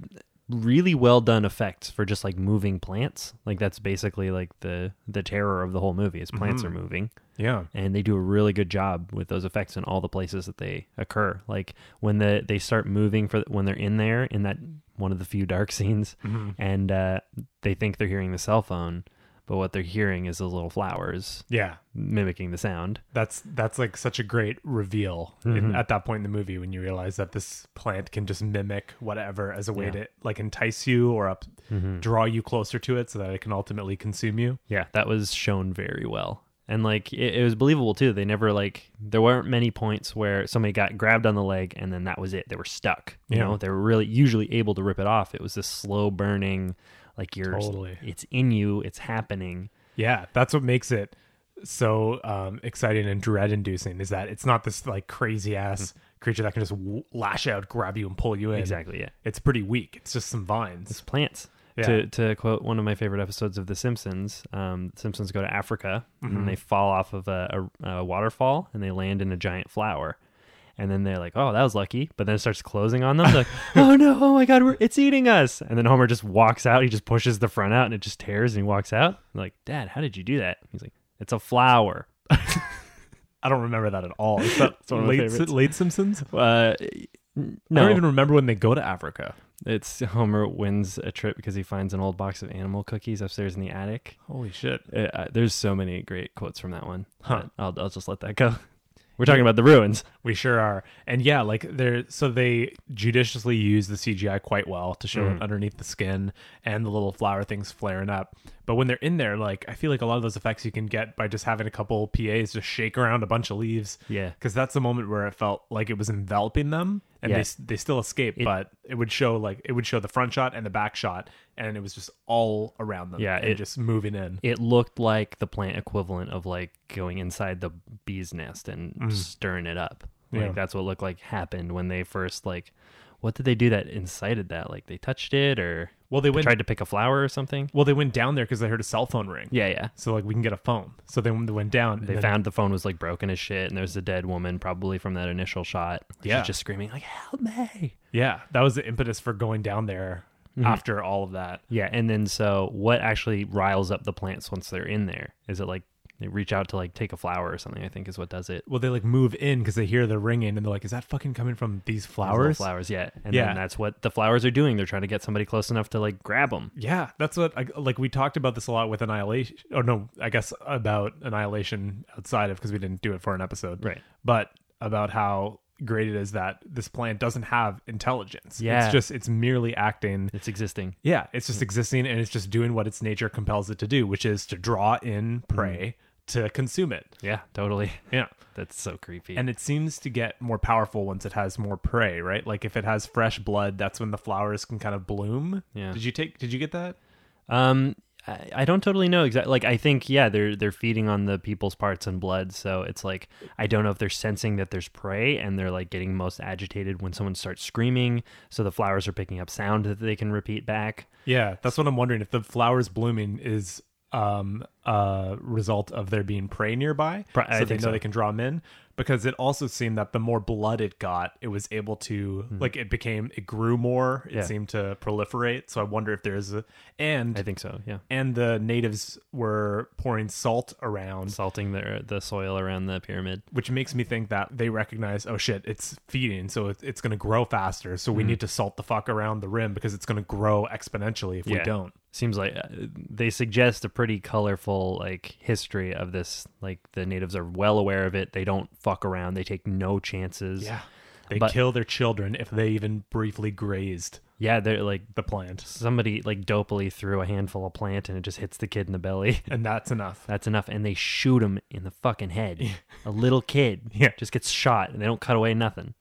C: really well done effects for just like moving plants. Like that's basically like the the terror of the whole movie is plants are moving.
B: Yeah.
C: and they do a really good job with those effects in all the places that they occur. Like when the they start moving for when they're in there in that one of the few dark scenes, and uh, they think they're hearing the cell phone, but what they're hearing is those little flowers
B: Yeah.
C: mimicking the sound.
B: That's that's like such a great reveal
C: Mm-hmm.
B: in, at that point in the movie when you realize that this plant can just mimic whatever as a way
C: Yeah. Mm-hmm.
B: to like entice you or up draw you closer to it so that it can ultimately consume you.
C: Yeah, that was shown very well. And like it, it was believable too. They never like there weren't many points where somebody got grabbed on the leg and then that was it. They were stuck. You
B: Yeah.
C: know, they were really usually able to rip it off. It was this slow burning, like you're
B: Totally.
C: it's in you, it's happening.
B: Yeah, that's what makes it so um, exciting and dread-inducing is that it's not this like crazy ass creature that can just w- lash out, grab you, and pull you in.
C: Mm-hmm. Exactly, yeah.
B: It's pretty weak. It's just some vines.
C: Plants.
B: Yeah.
C: To to quote one of my favorite episodes of The Simpsons, um, Simpsons go to Africa
B: Mm-hmm.
C: and they fall off of a, a, a waterfall and they land in a giant flower. And then they're like, "Oh, that was lucky," but then it starts closing on them. They're like, "Oh no! Oh my God! We're, it's eating us!" And then Homer just walks out. He just pushes the front out, and it just tears, and he walks out. I'm like, "Dad, how did you do that?" He's like, "It's a flower."
B: I don't remember that at all. Is that
C: one of my
B: late,
C: favorites.
B: late Simpsons?
C: Uh,
B: I
C: no,
B: don't even remember when they go to Africa.
C: it's Homer wins a trip because he finds an old box of animal cookies upstairs in the attic.
B: Holy shit!
C: Uh, I- there's so many great quotes from that one.
B: Huh.
C: But I'll, I'll just let that go. We're talking about the ruins.
B: We sure are. And yeah, like they're so they judiciously use the CGI quite well to show it
C: Mm.
B: underneath the skin and the little flower things flaring up. But when they're in there, like I feel like a lot of those effects you can get by just having a couple PAs just shake around a bunch of leaves.
C: Yeah.
B: Because that's the moment where it felt like it was enveloping them, and
C: Yeah.
B: they s- they still escape, but it would show like it would show the front shot and the back shot, and it was just all around them.
C: Yeah,
B: and
C: it-
B: just moving in.
C: It looked like the plant equivalent of like going inside the bee's nest and stirring it up. Like
B: Yeah.
C: that's what it looked like happened when they first like. What did they do that incited that? Like they touched it or
B: Well, they
C: they
B: went
C: tried to pick a flower or something?
B: well they went down there because they heard a cell phone ring.
C: Yeah, yeah.
B: So like we can get a phone. So they, they went down. and
C: They
B: then-
C: found the phone was like broken as shit, and there's a dead woman probably from that initial shot. She's
B: Yeah.
C: just screaming like "Help me!"
B: Yeah, that was the impetus for going down there
C: Mm-hmm.
B: after all of that.
C: Yeah, and then so what actually riles up the plants once they're in there? Is it like they reach out to like take a flower or something? I think is what does it.
B: Well, they like move in because they hear the ringing and they're like, "Is that fucking coming from these
C: Those little
B: flowers?"
C: flowers, yeah, and
B: Yeah.
C: then that's what the flowers are doing. They're trying to get somebody close enough to like grab them.
B: Yeah, that's what I, like we talked about this a lot with annihilation. Oh no, I guess about annihilation outside of because we didn't do it for an episode,
C: Right.
B: But about how great it is that this plant doesn't have intelligence.
C: Yeah.
B: it's just it's merely acting.
C: It's existing. Mm-hmm.
B: Yeah, it's just existing and it's just doing what its nature compels it to do, which is to draw in prey to consume it.
C: Yeah, totally.
B: Yeah.
C: That's so creepy.
B: And it seems to get more powerful once it has more prey, right? Like if it has fresh blood, that's when the flowers can kind of bloom.
C: Yeah.
B: Did you take did you get that?
C: um, I, I don't totally know exactly. Like, I think yeah, they're they're feeding on the people's parts and blood, so it's like I don't know if they're sensing that there's prey and they're like getting most agitated when someone starts screaming. So the flowers are picking up sound that they can repeat back.
B: Yeah, that's what I'm wondering if the flowers blooming is um a result of there being prey nearby
C: Pro- I
B: so they
C: think
B: know
C: so.
B: they can draw them in because it also seemed that the more blood it got it was able to like it became it grew more it
C: Yeah.
B: seemed to proliferate so i wonder if there's a and
C: I think so. Yeah,
B: and the natives were pouring salt around
C: salting the the soil around the pyramid.
B: which makes me think that they recognize, oh shit, it's feeding, so it, it's going to grow faster. So
C: Hmm.
B: we need to salt the fuck around the rim because it's going to grow exponentially if we
C: Yeah.
B: don't.
C: Seems like uh, they suggest a pretty colorful like history of this. Like the natives are well aware of it. They don't fuck around. They take no chances.
B: They
C: But-
B: kill their children if they even briefly grazed
C: yeah. They're like
B: the plant,
C: somebody like dopely threw a handful of plant and it just hits the kid in the belly.
B: and that's enough.
C: That's enough. And they shoot him in the fucking head. a little kid
B: Yeah.
C: just gets shot and they don't cut away nothing.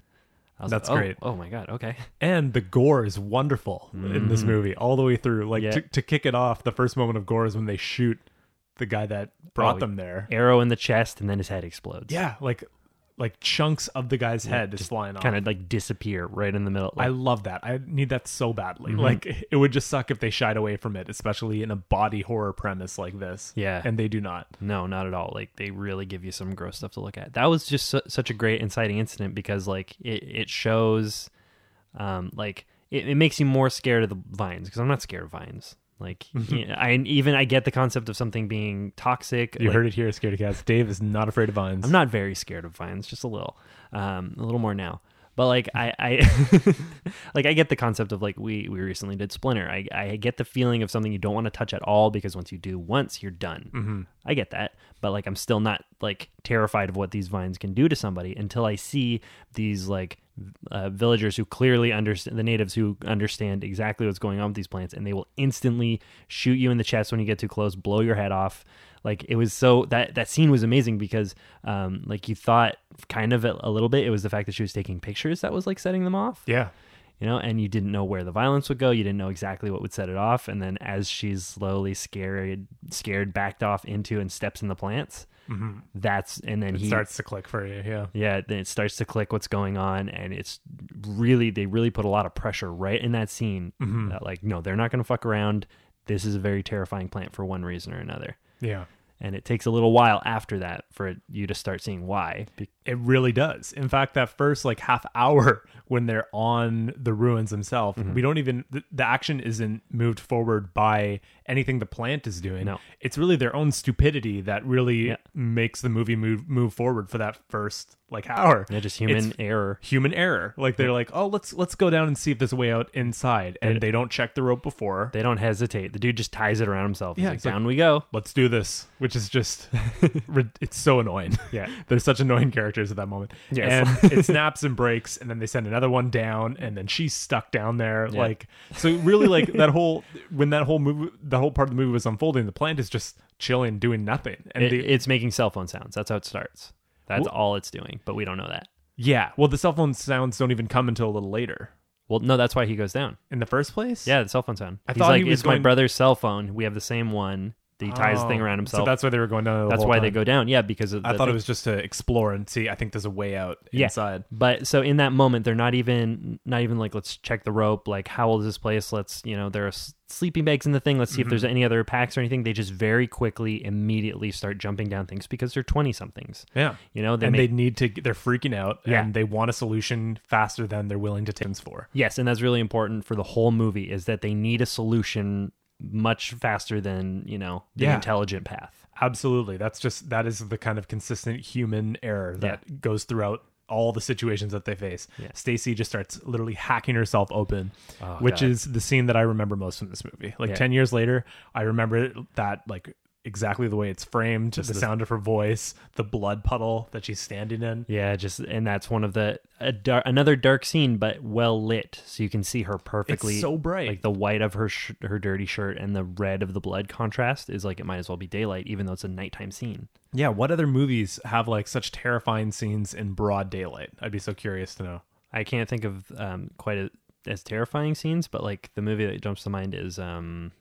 C: I was
B: That's
C: like, oh,
B: great.
C: Oh my god. Okay.
B: And the gore is wonderful in this movie all the way through. Like
C: Mm-hmm. Yeah.
B: to, to kick it off, the first moment of gore is when they shoot the guy that brought
C: Oh,
B: them there.
C: Arrow in the chest and then his head explodes.
B: Yeah, like like chunks of the guy's head is flying off.
C: Kind of like disappear right in the middle.
B: I
C: Like,
B: love that. I need that so badly. Like it would just suck if they shied away from it, especially in a body horror premise like this.
C: Yeah.
B: And they do not.
C: No, not at all. Like they really give you some gross stuff to look at. That was just su- such a great inciting incident because like it, it shows, um, like it, it makes you more scared of the vines because I'm not scared of vines. Like yeah, I even I get the concept of something being toxic.
B: You heard it here, Scaredy Cats. Dave is not afraid of vines.
C: I'm not very scared of vines, just a little, um, a little more now. But like I, I like I get the concept of like we we recently did Splinter. I I get the feeling of something you don't want to touch at all because once you do once, you're done. Mm-hmm. I get that, but like I'm still not like terrified of what these vines can do to somebody until I see these like uh, villagers who clearly understand the natives who understand exactly what's going on with these plants and they will instantly shoot you in the chest when you get too close blow your head off like it was so that that scene was amazing because um like you thought kind of a, a little bit it was the fact that she was taking pictures that was like setting them off
B: Yeah.
C: you know and you didn't know where the violence would go you didn't know exactly what would set it off and then as she's slowly scared scared backed off into and steps in the plants that's and then
B: Mm-hmm. It
C: he
B: starts to click for you. Yeah.
C: yeah, then it starts to click what's going on, and it's really they really put a lot of pressure right in that scene.
B: Mm-hmm.
C: That like, no, they're not going to fuck around. This is a very terrifying plant for one reason or another,
B: Yeah.
C: and it takes a little while after that for it, you to start seeing why. Be-
B: It really does. In fact, that first like half hour when they're on the ruins themselves,
C: Mm-hmm.
B: we don't even the, the action isn't moved forward by anything the plant is doing.
C: No.
B: It's really their own stupidity that really
C: Yeah.
B: makes the movie move move forward for that first like hour.
C: Yeah, just human
B: It's-
C: error.
B: human error. Like they're like, oh, let's let's go down and see if there's a way out inside, and they don't check the rope before.
C: They don't hesitate. The dude just ties it around himself. He's
B: Yeah,
C: like,
B: it's like-
C: down we go.
B: let's do this, which is just rid- it's so annoying.
C: Yeah.
B: they're such annoying characters at that moment.
C: Yes.
B: and it snaps and breaks, and then they send another one down, and then she's stuck down there. Like so, really, like that whole when that whole movie, that whole part of the movie was unfolding, the plant is just chilling, doing nothing, and
C: It-
B: the,
C: it's making cell phone sounds. That's how it starts. That's
B: Wh-
C: all it's doing, but we don't know that.
B: yeah. Well, the cell phone sounds don't even come until a little later.
C: Well, no, that's why he goes down.
B: In the first place,
C: Yeah, the cell phone sound.
B: I
C: He's
B: thought
C: like,
B: he was
C: it's
B: going-
C: my brother's cell phone. We have the same one. He ties the thing
B: Oh,
C: around himself.
B: So that's why they were going down. the
C: That's
B: whole
C: why
B: time.
C: they go down. Yeah, because of
B: I
C: the
B: thought it
C: thing.
B: was just to explore and see. I think there's a way out
C: Yeah.
B: inside.
C: But so in that moment, they're not even not even like let's check the rope. Like how old is this place? Let's you know there are s- sleeping bags in the thing.
B: Mm-hmm.
C: Let's see if there's any other packs or anything. They just very quickly immediately start jumping down things because they're twenty somethings.
B: Yeah.
C: You know they
B: and
C: make,
B: they need to. They're freaking out,
C: Yeah.
B: and they want a solution faster than they're willing to take them for.
C: yes, and that's really important for the whole movie is that they need a solution much faster than you know the
B: Yeah.
C: intelligent path.
B: Absolutely, that's just that is the kind of consistent human error that goes throughout all the situations that they face. Stacy just starts literally hacking herself open, which
C: God.
B: is the scene that I remember most from this movie. Like
C: Yeah.
B: ten years later, I remember that like exactly the way it's framed, the, sound of her voice, the blood puddle that she's standing in.
C: Yeah, just and that's one of the a dar- another dark scene, but well lit, so you can see her perfectly.
B: so bright.
C: like the white of her sh- her dirty shirt and the red of the blood contrast is like it might as well be daylight, even though it's a nighttime scene.
B: Yeah, what other movies have like such terrifying scenes in broad daylight? I'd be so curious to know.
C: I can't think of um, quite a, as terrifying scenes, but like the movie that jumps to mind is um,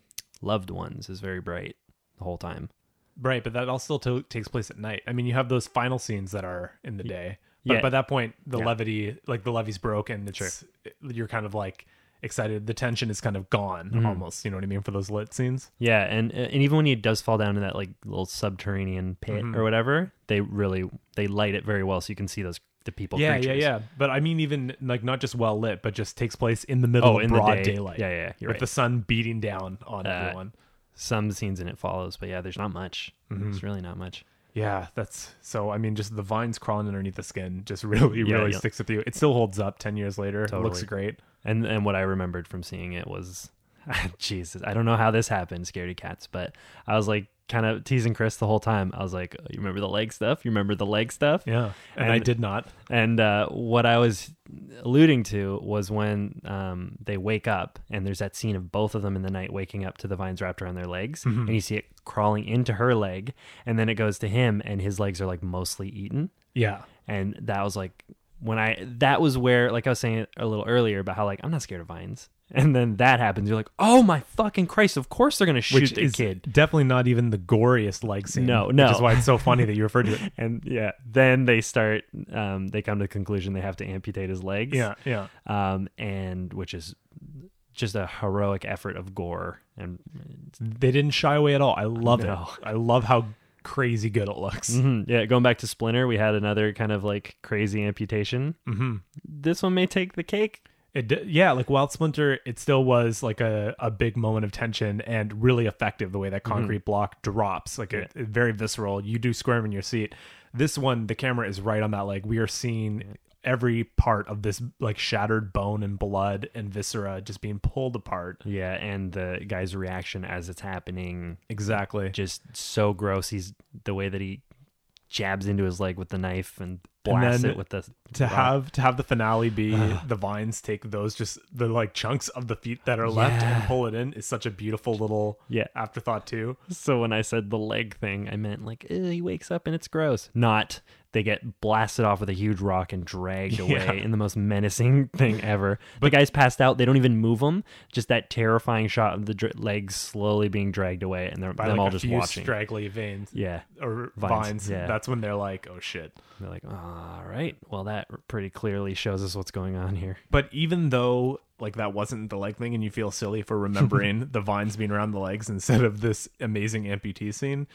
C: Loved Ones is very bright the whole time.
B: Right, but that all still to- takes place at night. I mean, you have those final scenes that are in the day, but
C: Yeah.
B: by that point, the levity, like the levy's broken. It's you're kind of like excited. The tension is kind of gone almost. You know what I mean for those lit scenes.
C: Yeah, and and even when he does fall down in that like little subterranean pit
B: Mm-hmm.
C: or whatever, they really they light it very well, so you can see those the people.
B: yeah,
C: creatures.
B: yeah, yeah. But I mean, even like not just well lit, but just takes place in the middle
C: Oh,
B: of
C: in
B: broad
C: the day.
B: daylight.
C: Yeah, yeah, you're
B: with
C: right.
B: the sun beating down on
C: Uh,
B: everyone.
C: Some scenes in it follows, but yeah, there's not much.
B: Mm-hmm.
C: There's really not much.
B: Yeah, that's so. I mean, just the vines crawling underneath the skin just really,
C: Yeah,
B: really
C: yeah.
B: sticks with you. It still holds up ten years later. It looks
C: Totally.
B: great.
C: And and what I remembered from seeing it was, Jesus, I don't know how this happened, Scaredy Cats, but I was like kind of teasing Chris the whole time. I was like, you remember the leg stuff? You remember the leg stuff?
B: Yeah, and, I
C: And-
B: did not.
C: And uh, what I was alluding to was when um, they wake up, and there's that scene of both of them in the night waking up to the vines wrapped around their legs, and you see it crawling into her leg, and then it goes to him, and his legs are like mostly eaten,
B: Yeah,
C: and that was like when I that was where like I was saying a little earlier about how like I'm not scared of vines, and then that happens, you're like, oh my fucking Christ, of course they're gonna shoot
B: which
C: the
B: is
C: kid,
B: definitely not even the goriest leg scene.
C: No,
B: which
C: no.
B: is why it's so funny that you referred to it.
C: and yeah, then they start, um, they come to the conclusion they have to amputate his legs,
B: Yeah, yeah.
C: um, and which is just a heroic effort of gore and
B: They didn't shy away at all. I love
C: No.
B: it. I love how crazy good it looks.
C: Mhm. yeah going back to splinter we had another kind of like crazy amputation mm-hmm. this one may take the cake
B: It d- yeah, like Wild Splinter, it still was like a, a big moment of tension and really effective the way
C: Mm-hmm.
B: that concrete block drops. Like it, it- very visceral. You do squirm in your seat. This one, the camera is right on that. Like we are seeing every part of this like shattered bone and blood and viscera just being pulled apart.
C: yeah and the guy's reaction as it's happening
B: Exactly.
C: just so gross he's the way that he jabs into his leg with the knife and
B: And
C: blasts
B: then
C: it with the
B: To
C: rock.
B: have to have the finale be the vines take those just the like chunks of the feet that are left and
C: Yeah.
B: pull it in is such a beautiful little
C: Yeah.
B: afterthought too.
C: so when i said the leg thing i meant like "Ew, he wakes up and it's gross not they get blasted off with a huge rock and dragged away in the most menacing thing ever the guy's passed out they don't even move him just that terrifying shot of the dr- legs slowly being dragged away and they're
B: By
C: them
B: like
C: all
B: a
C: just
B: few
C: watching
B: straggly veins.
C: yeah
B: or vines,
C: Vines, yeah.
B: that's when they're like oh shit
C: they're like all right well that pretty clearly shows us what's going on here
B: but even though like that wasn't the leg thing and you feel silly for remembering the vines being around the legs instead of this amazing amputee scene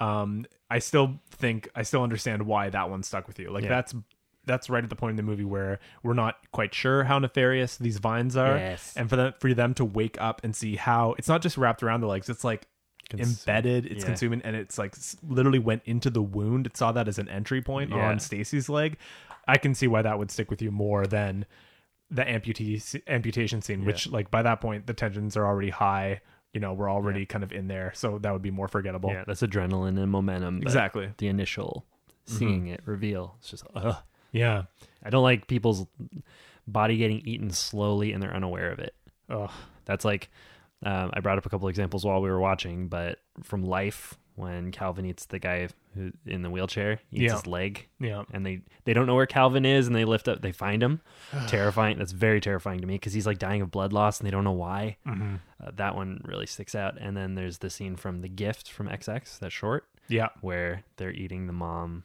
B: um i still think i still understand why that one stuck with you like
C: Yeah.
B: that's that's right at the point in the movie where we're not quite sure how nefarious these vines are
C: Yes.
B: and for them for them to wake up and see how it's not just wrapped around the legs it's like
C: Cons-
B: embedded it's
C: yeah.
B: consuming and it's like s- literally went into the wound it saw that as an entry point
C: Yeah.
B: on stacy's leg i can see why that would stick with you more than the amputee amputation scene which like by that point the tensions are already high you know we're already kind of in there so that would be more forgettable
C: yeah that's adrenaline and momentum but
B: Exactly.
C: the initial seeing it reveal it's just ugh.
B: yeah
C: i don't like people's body getting eaten slowly and they're unaware of it
B: Ugh.
C: That's like um, I brought up a couple examples while we were watching, but from Life when Calvin eats the guy who in the wheelchair, eats
B: Yeah.
C: his leg,
B: yeah
C: and they they don't know where Calvin is, and they lift up, they find him. terrifying. That's very terrifying to me because he's like dying of blood loss, and they don't know why. Uh, that one really sticks out. And then there's the scene from The Gift from XX, that short,
B: yeah
C: where they're eating the mom,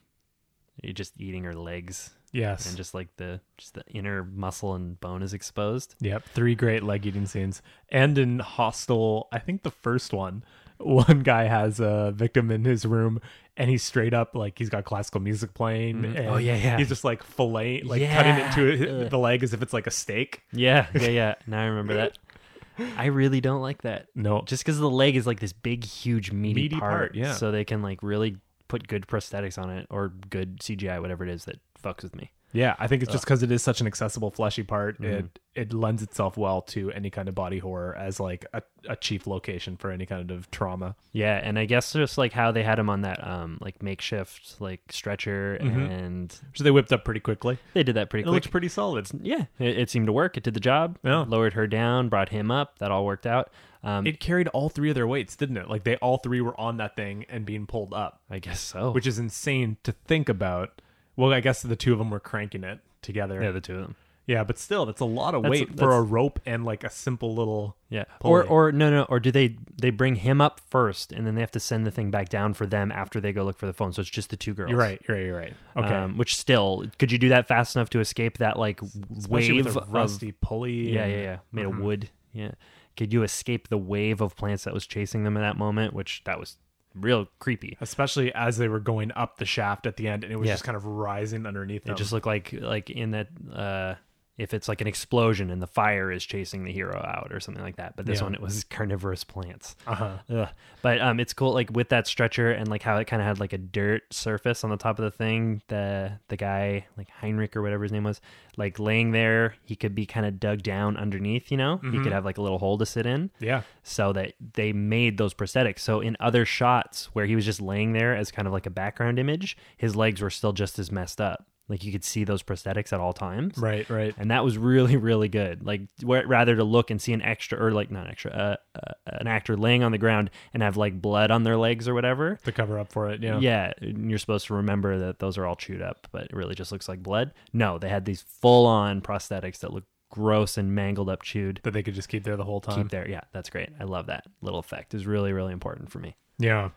C: you're just eating her legs,
B: yes
C: and just like the just the inner muscle and bone is exposed.
B: Yep, three great leg eating scenes. And in Hostel, I think the first one, one guy has a victim in his room and he's straight up like he's got classical music playing. And
C: Oh, yeah, yeah.
B: He's just like fillet, like
C: Yeah.
B: cutting into the leg as if it's like a steak.
C: Yeah, yeah, yeah. Now I remember that. I really don't like that.
B: No.
C: Just because the leg is like this big, huge, meaty,
B: Meaty part, yeah.
C: So they can like really put good prosthetics on it or good CGI, whatever it is that fucks with me.
B: Yeah, I think it's just because it is such an accessible fleshy part. It it lends itself well to any kind of body horror as like a, a chief location for any kind of trauma.
C: Yeah, and I guess just like how they had him on that um like makeshift like stretcher, and
B: So they whipped up pretty quickly.
C: they did that pretty
B: It
C: quick.
B: looks pretty solid.
C: yeah, it, it seemed to work. It did the job.
B: Yeah.
C: Lowered her down, brought him up. That all worked out. Um,
B: It carried all three of their weights, didn't it? Like they all three were on that thing and being pulled up,
C: I guess so.
B: which is insane to think about. Well, I guess the two of them were cranking it together.
C: yeah, the two of them.
B: Yeah, but still, that's a lot of
C: That's-
B: weight for a
C: that's-
B: rope and like a simple little.
C: Yeah. Or
B: Pulley.
C: or no no or do they they bring him up first and then they have to send the thing back down for them after they go look for the phone? So it's just the two girls.
B: You're right. You're right. You're right. Okay.
C: Okay. Um, which still, could you do that fast enough to escape that like
B: Especially
C: wave
B: with a
C: of-
B: rusty Mm-hmm. pulley.
C: Yeah,
B: and-
C: yeah, yeah. Made of wood. Yeah. Could you escape the wave of plants that was chasing them in that moment? Which that was real creepy.
B: especially as they were going up the shaft at the end and it was
C: Yeah.
B: just kind of rising underneath them.
C: It just looked like like in that uh if it's like an explosion and the fire is chasing the hero out or something like that. But this
B: Yeah.
C: one it was carnivorous plants.
B: uh-huh.
C: Ugh. But um, it's cool, like with that stretcher and like how it kind of had like a dirt surface on the top of the thing. The the guy, like Heinrich or whatever his name was, like laying there, he could be kind of dug down underneath. You know, he could have like a little hole to sit in.
B: Yeah.
C: So that they made those prosthetics. So in other shots where he was just laying there as kind of like a background image, his legs were still just as messed up. Like you could see those prosthetics at all times
B: Right, right.
C: and that was really really good like where, rather to look and see an extra or like not an extra uh, uh, an actor laying on the ground and have like blood on their legs or whatever
B: To cover up for it, yeah.
C: yeah and you're supposed to remember that those are all chewed up but it really just looks like blood no they had these full on prosthetics that look gross and mangled up chewed
B: That they could just keep there the whole time.
C: keep there yeah that's great i love that little effect is really really important for me
B: Yeah.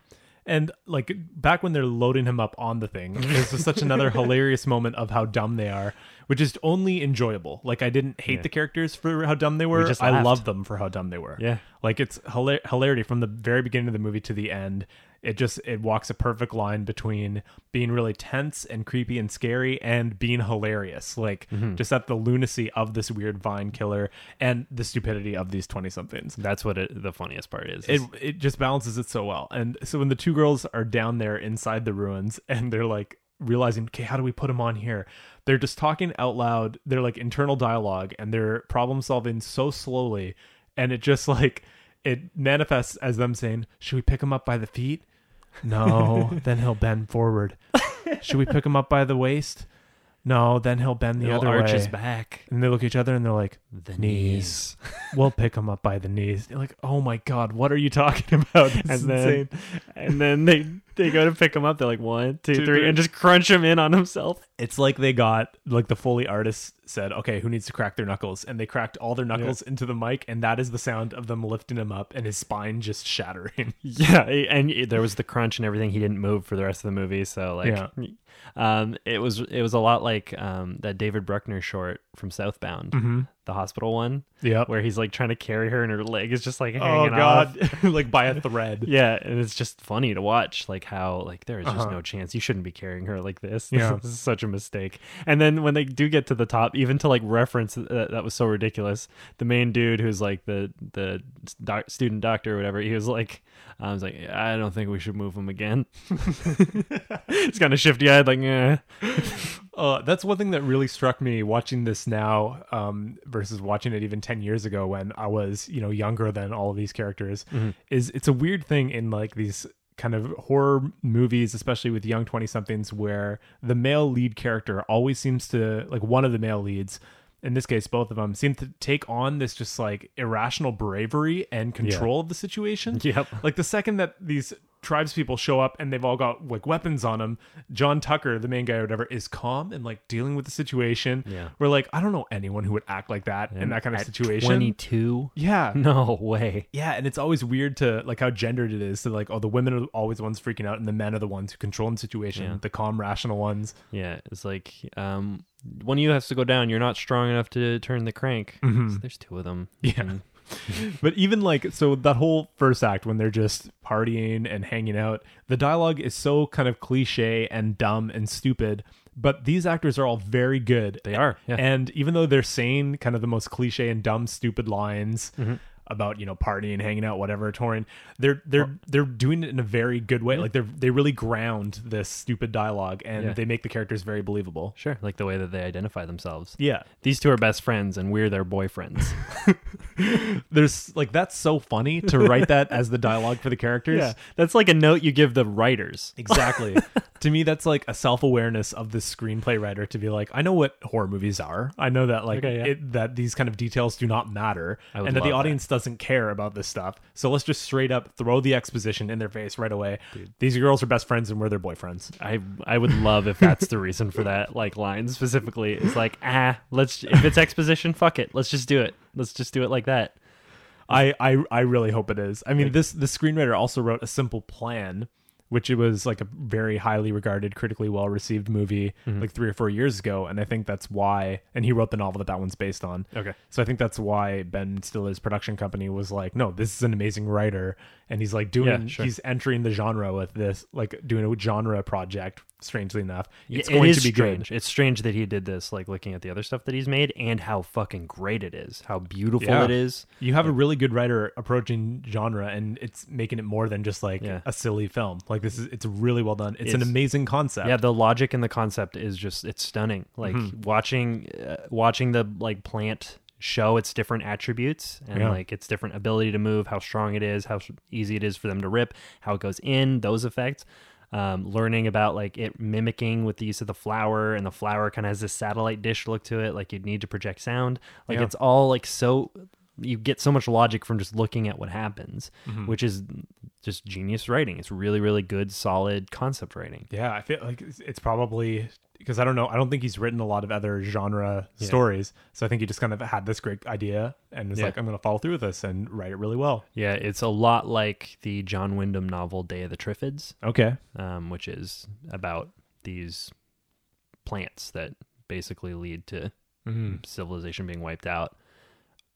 B: And like back when they're loading him up on the thing, this is such another hilarious moment of how dumb they are, which is only enjoyable. Like I didn't hate the characters for how dumb they were.
C: just
B: I
C: laughed.
B: love them for how dumb they were.
C: Yeah.
B: Like it's hila- hilarity from the very beginning of the movie to the end. It just it walks a perfect line between being really tense and creepy and scary and being hilarious. Like
C: Mm-hmm.
B: just at the lunacy of this weird vine killer and the stupidity of these 20 somethings
C: that's what it, the funniest part is,
B: it it just balances it so well. And so when the two girls are down there inside the ruins and they're like realizing, okay, how do we put him on here? They're just talking out loud. They're like internal dialogue and they're problem solving so slowly, and it just like it manifests as them saying, should we pick him up by the feet? No, then he'll bend forward. Should we pick him up by the waist? No, then he'll bend the
C: Little
B: other
C: arches
B: way.
C: back
B: And they look at each other and they're like,
C: the
B: Knees. we'll pick him up by the knees. You're like, oh my god, what are you talking about? This is
C: and then and then they they go to pick him up. They're like one, two, three,
B: Two, three.
C: and just crunch him in on himself.
B: it's like they got like the Foley artist said, okay, who needs to crack their knuckles? And they cracked all their knuckles into the mic, and that is the sound of them lifting him up and his spine just shattering.
C: Yeah, and it- there was the crunch and everything. He didn't move for the rest of the movie, so like,
B: Yeah.
C: um, it was it was a lot like um that David Bruckner short from Southbound,
B: Mm-hmm.
C: the hospital one,
B: Yeah.
C: where he's like trying to carry her and her leg is just like
B: Oh
C: hanging off.
B: god, like by a thread.
C: Yeah, and it's just funny to watch, like how like there is just
B: Uh-huh.
C: no chance you shouldn't be carrying her like this.
B: Yeah.
C: this is such a mistake. And then when they do get to the top, even to like reference uh, that was so ridiculous. The main dude who's like the the doc- student doctor or whatever, he was like, I was like, I don't think we should move him again. it's kind of shifty eyed, like, eh.
B: Uh, that's one thing that really struck me watching this now um, versus watching it even 10 years ago when I was, you know, younger than all of these characters is it's a weird thing in like these kind of horror movies, especially with young 20 somethings where the male lead character always seems to like one of the male leads in this case, both of them seem to take on this just like irrational bravery and control of the situation.
C: Yep.
B: Like the second that these tribes people show up and they've all got like weapons on them, John Tucker, the main guy or whatever, is calm and like dealing with the situation.
C: Yeah.
B: We're like, I don't know anyone who would act like that in that kind of situation.
C: twenty two.
B: yeah.
C: No way.
B: Yeah, and it's always weird to like how gendered it is. So like, oh, the women are always the ones freaking out, and the men are the ones who control the situation,
C: Yeah.
B: the calm, rational ones.
C: Yeah, it's like um, one of you has to go down. You're not strong enough to turn the crank. So there's two of them.
B: Mm-hmm. Yeah. but even like so that whole first act when they're just partying and hanging out, the dialogue is so kind of cliche and dumb and stupid. But these actors are all very good. They
C: are, yeah. Mm-hmm.
B: And even though they're saying kind of the most cliche and dumb, stupid lines, about you know partying, hanging out, whatever, touring. They're they're they're doing it in a very good way. Like they are they really ground this stupid dialogue and
C: Yeah.
B: they make the characters very believable.
C: Sure. Like the way that they identify themselves.
B: Yeah,
C: These two are best friends and we're their boyfriends.
B: there's like that's so funny to write that as the dialogue for the characters.
C: That's like a note you give the writers.
B: Exactly. to me, that's like a self awareness of the screenplay writer to be like, I know what horror movies are. I know that like
C: Okay, yeah.
B: it, that these kind of details do not matter,
C: I would
B: and that the
C: love
B: audience doesn't care about this stuff. So let's just straight up throw the exposition in their face right away. These girls are best friends, and we're their boyfriends.
C: I I would love if that's the reason for that like line specifically. It's like, ah, let's if it's exposition, fuck it. Let's just do it. Let's just do it like that.
B: I, I I really hope it is. I mean, this the screenwriter also wrote a simple plan, which it was like a very highly regarded, critically well received movie
C: Mm-hmm.
B: like three or four years ago, and I think that's why. And he wrote the novel that that one's based on.
C: Okay.
B: so I think that's why Ben Stiller's production company was like, no, this is an amazing writer, and he's like doing,
C: Yeah, sure.
B: he's entering the genre with this, like doing a genre project. Strangely enough, it's
C: It
B: going
C: is
B: to be good.
C: strange. It's strange that he did this, like looking at the other stuff that he's made and how fucking great it is, how beautiful
B: Yeah.
C: it is.
B: You have a really good writer approaching genre, and it's making it more than just like
C: Yeah.
B: a silly film. Like this is, it's really well done. It's, an
C: It's-
B: amazing concept. Mm-hmm.
C: Yeah, the logic and the concept is just it's stunning. Like watching uh, watching the like plant show its different attributes and
B: Yeah.
C: like its different ability to move, how strong it is, how s- easy it is for them to rip, how it goes in, those effects. Um, learning about like it mimicking with the use of the flower and the flower kind of has this satellite dish look to it like you'd need to project sound like
B: Yeah.
C: it's all like so you get so much logic from just looking at what happens
B: Mm-hmm.
C: which is just genius writing it's really really good solid concept writing
B: yeah. I feel like it's, it's probably because I don't know. I don't think he's written a lot of other genre stories, so I think he just kind of had this great idea and was
C: Yeah.
B: like, I'm going to follow through with this and write it really well.
C: Yeah, it's a lot like the John Wyndham novel Day of the Triffids,
B: Okay.
C: um, which is about these plants that basically lead to civilization being wiped out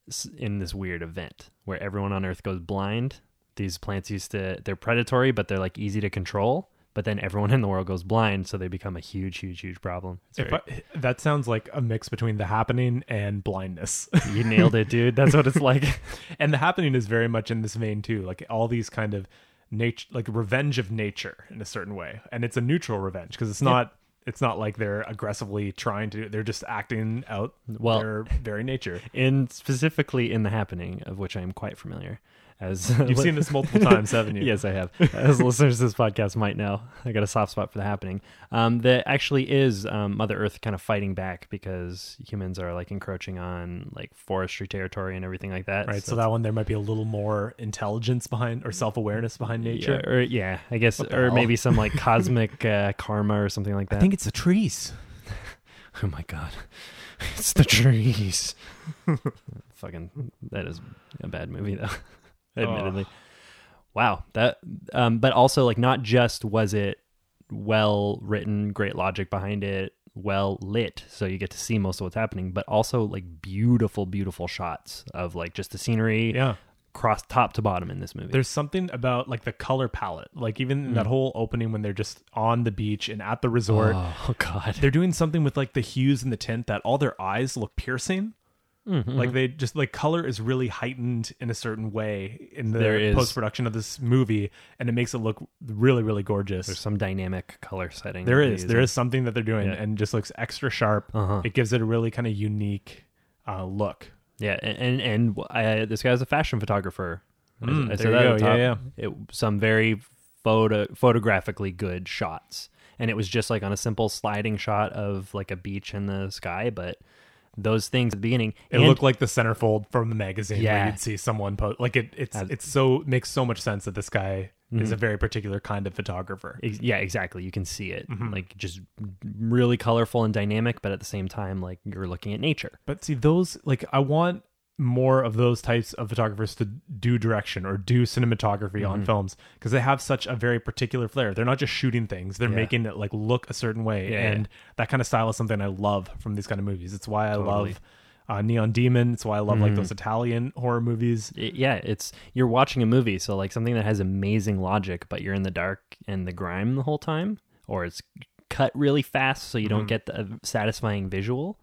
C: s- in this weird event where everyone on Earth goes blind. These plants used to, they're predatory, but they're like easy to control. But then everyone in the world goes blind, so they become a huge, huge, huge problem. It's
B: If
C: very-
B: I, that sounds like a mix between the happening and blindness.
C: you nailed it, dude. That's what it's like.
B: and the happening is very much in this vein too like all these kind of nature like revenge of nature in a certain way and it's a neutral revenge because it's not it's not like they're aggressively trying to they're just acting out
C: Well-
B: their very nature
C: in specifically in the happening of which I am quite familiar. As
B: you've seen this multiple times haven't you
C: yes, I have. As listeners to this podcast might know, I got a soft spot for the happening. Um, that actually is um, Mother Earth kind of fighting back because humans are like encroaching on like forestry territory and everything like that.
B: right so that one there might be a little more intelligence behind or self-awareness behind nature
C: yeah, or, yeah, I guess,
B: the
C: or
B: hell?
C: maybe some like cosmic uh, karma or something like that.
B: i think it's the trees
C: oh my god, it's the trees. Fucking, that is a bad movie though. Admittedly, wow. That, um, but also like not just was it well written, great logic behind it, well lit, so you get to see most of what's happening, but also like beautiful, beautiful shots of like just the scenery,
B: yeah
C: cross top to bottom in this movie.
B: there's something about like the color palette like even in that whole opening when they're just on the beach and at the resort
C: oh god,
B: they're doing something with like the hues and the tint that all their eyes look piercing.
C: Mm-hmm.
B: Like they just like color is really heightened in a certain way in
C: There
B: the
C: is-
B: post production of this movie, and it makes it look really really gorgeous.
C: there's some dynamic color setting.
B: there
C: that
B: is
C: they
B: there
C: use.
B: is something that they're doing,
C: Yeah.
B: and just looks extra sharp.
C: Uh-huh.
B: It gives it a really kind of unique uh, look.
C: Yeah, a- and and I, this guy's a fashion photographer. I-
B: Mm, there
C: I said
B: you
C: that at
B: go.
C: the
B: Yeah,
C: top. It, some very photo photographically good shots, and it was just like on a simple sliding shot of like a beach and the sky. But those things at the beginning,
B: It
C: and-
B: looked like the centerfold from the magazine where
C: Yeah.
B: you'd see someone post. Like it, it's
C: Ab-
B: it's so makes so much sense that this guy
C: Mm-hmm.
B: is a very particular kind of photographer.
C: Ex- yeah, exactly. You can see it
B: Mm-hmm.
C: like just really colorful and dynamic, but at the same time, like you're looking at nature.
B: But see, those like I want more of those types of photographers to do direction or do cinematography on films because they have such a very particular flair. They're not just shooting things; they're
C: Yeah.
B: making it like look a certain way,
C: Yeah,
B: and that kind of style is something I love from these kind of movies. It's why I love uh, Neon Demon. It's why I love like those Italian horror movies.
C: It- yeah, it's you're watching a movie, so like something that has amazing logic, but you're in the dark and the grime the whole time, or it's cut really uh, fast, so you don't get the satisfying visual.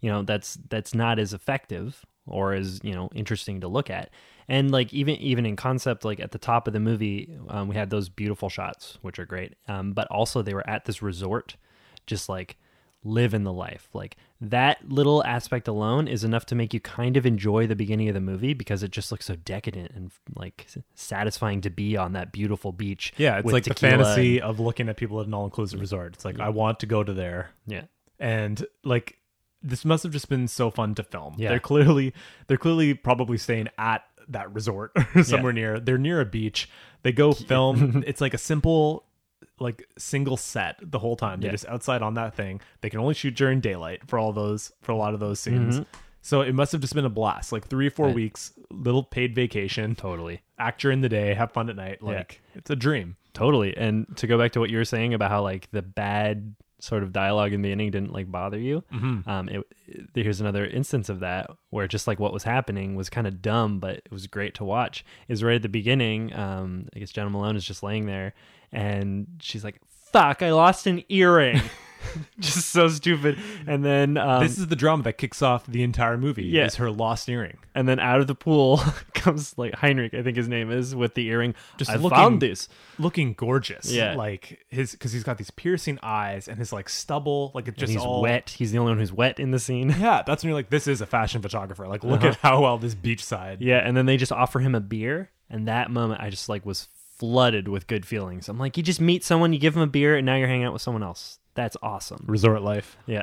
C: You know, that's that's not as effective or as you know interesting to look at and like even even in concept like at the top of the movie um, we had those beautiful shots which are great um, but also they were at this resort just like live in the life like that little aspect alone is enough to make you kind of enjoy the beginning of the movie because it just looks so decadent and like satisfying to be on that beautiful beach
B: Yeah, it's
C: with
B: like the
C: tequila and-
B: fantasy of looking at people at an all inclusive resort. It's like I want to go to there.
C: yeah
B: and like this must have just been so fun to film.
C: Yeah.
B: They're clearly they're clearly probably staying at that resort or somewhere near. They're near a beach. They go film. it's like a simple like single set the whole time. They're
C: Yeah.
B: just outside on that thing. They can only shoot during daylight for all those for a lot of those scenes. So it must have just been a blast. Like 3 or 4
C: Mm-hmm. Right.
B: weeks, little paid vacation,
C: totally
B: act during the day, have fun at night. Like it's a dream.
C: Totally. And to go back to what you were saying about how like the bad sort of dialogue in the beginning didn't like bother you.
B: Mm-hmm.
C: Um, it, it- here's another instance of that where just like what was happening was kind of dumb, but it was great to watch. Is right at the beginning. Um, I guess Jenna Malone is just laying there, and she's like, "Fuck, I lost an earring." just so stupid. And then um,
B: this is the drama that kicks off the entire movie.
C: Yeah.
B: Is her lost earring.
C: and then out of the pool comes like Heinrich, I think his name is, with the earring.
B: Just
C: I
B: looking-
C: found this.
B: looking gorgeous.
C: Yeah.
B: like his because he's got these piercing eyes and his like stubble, like it
C: And
B: just
C: he's
B: all
C: wet. He's the only one who's wet in the scene.
B: Yeah, that's when you're like, this is a fashion photographer. Like, look at how well this beachside.
C: Uh-huh. Yeah, and then they just offer him a beer, and that moment I just like was flooded with good feelings. I'm like, you just meet someone, you give him a beer, and now you're hanging out with someone else. That's awesome.
B: Resort life.
C: Yeah.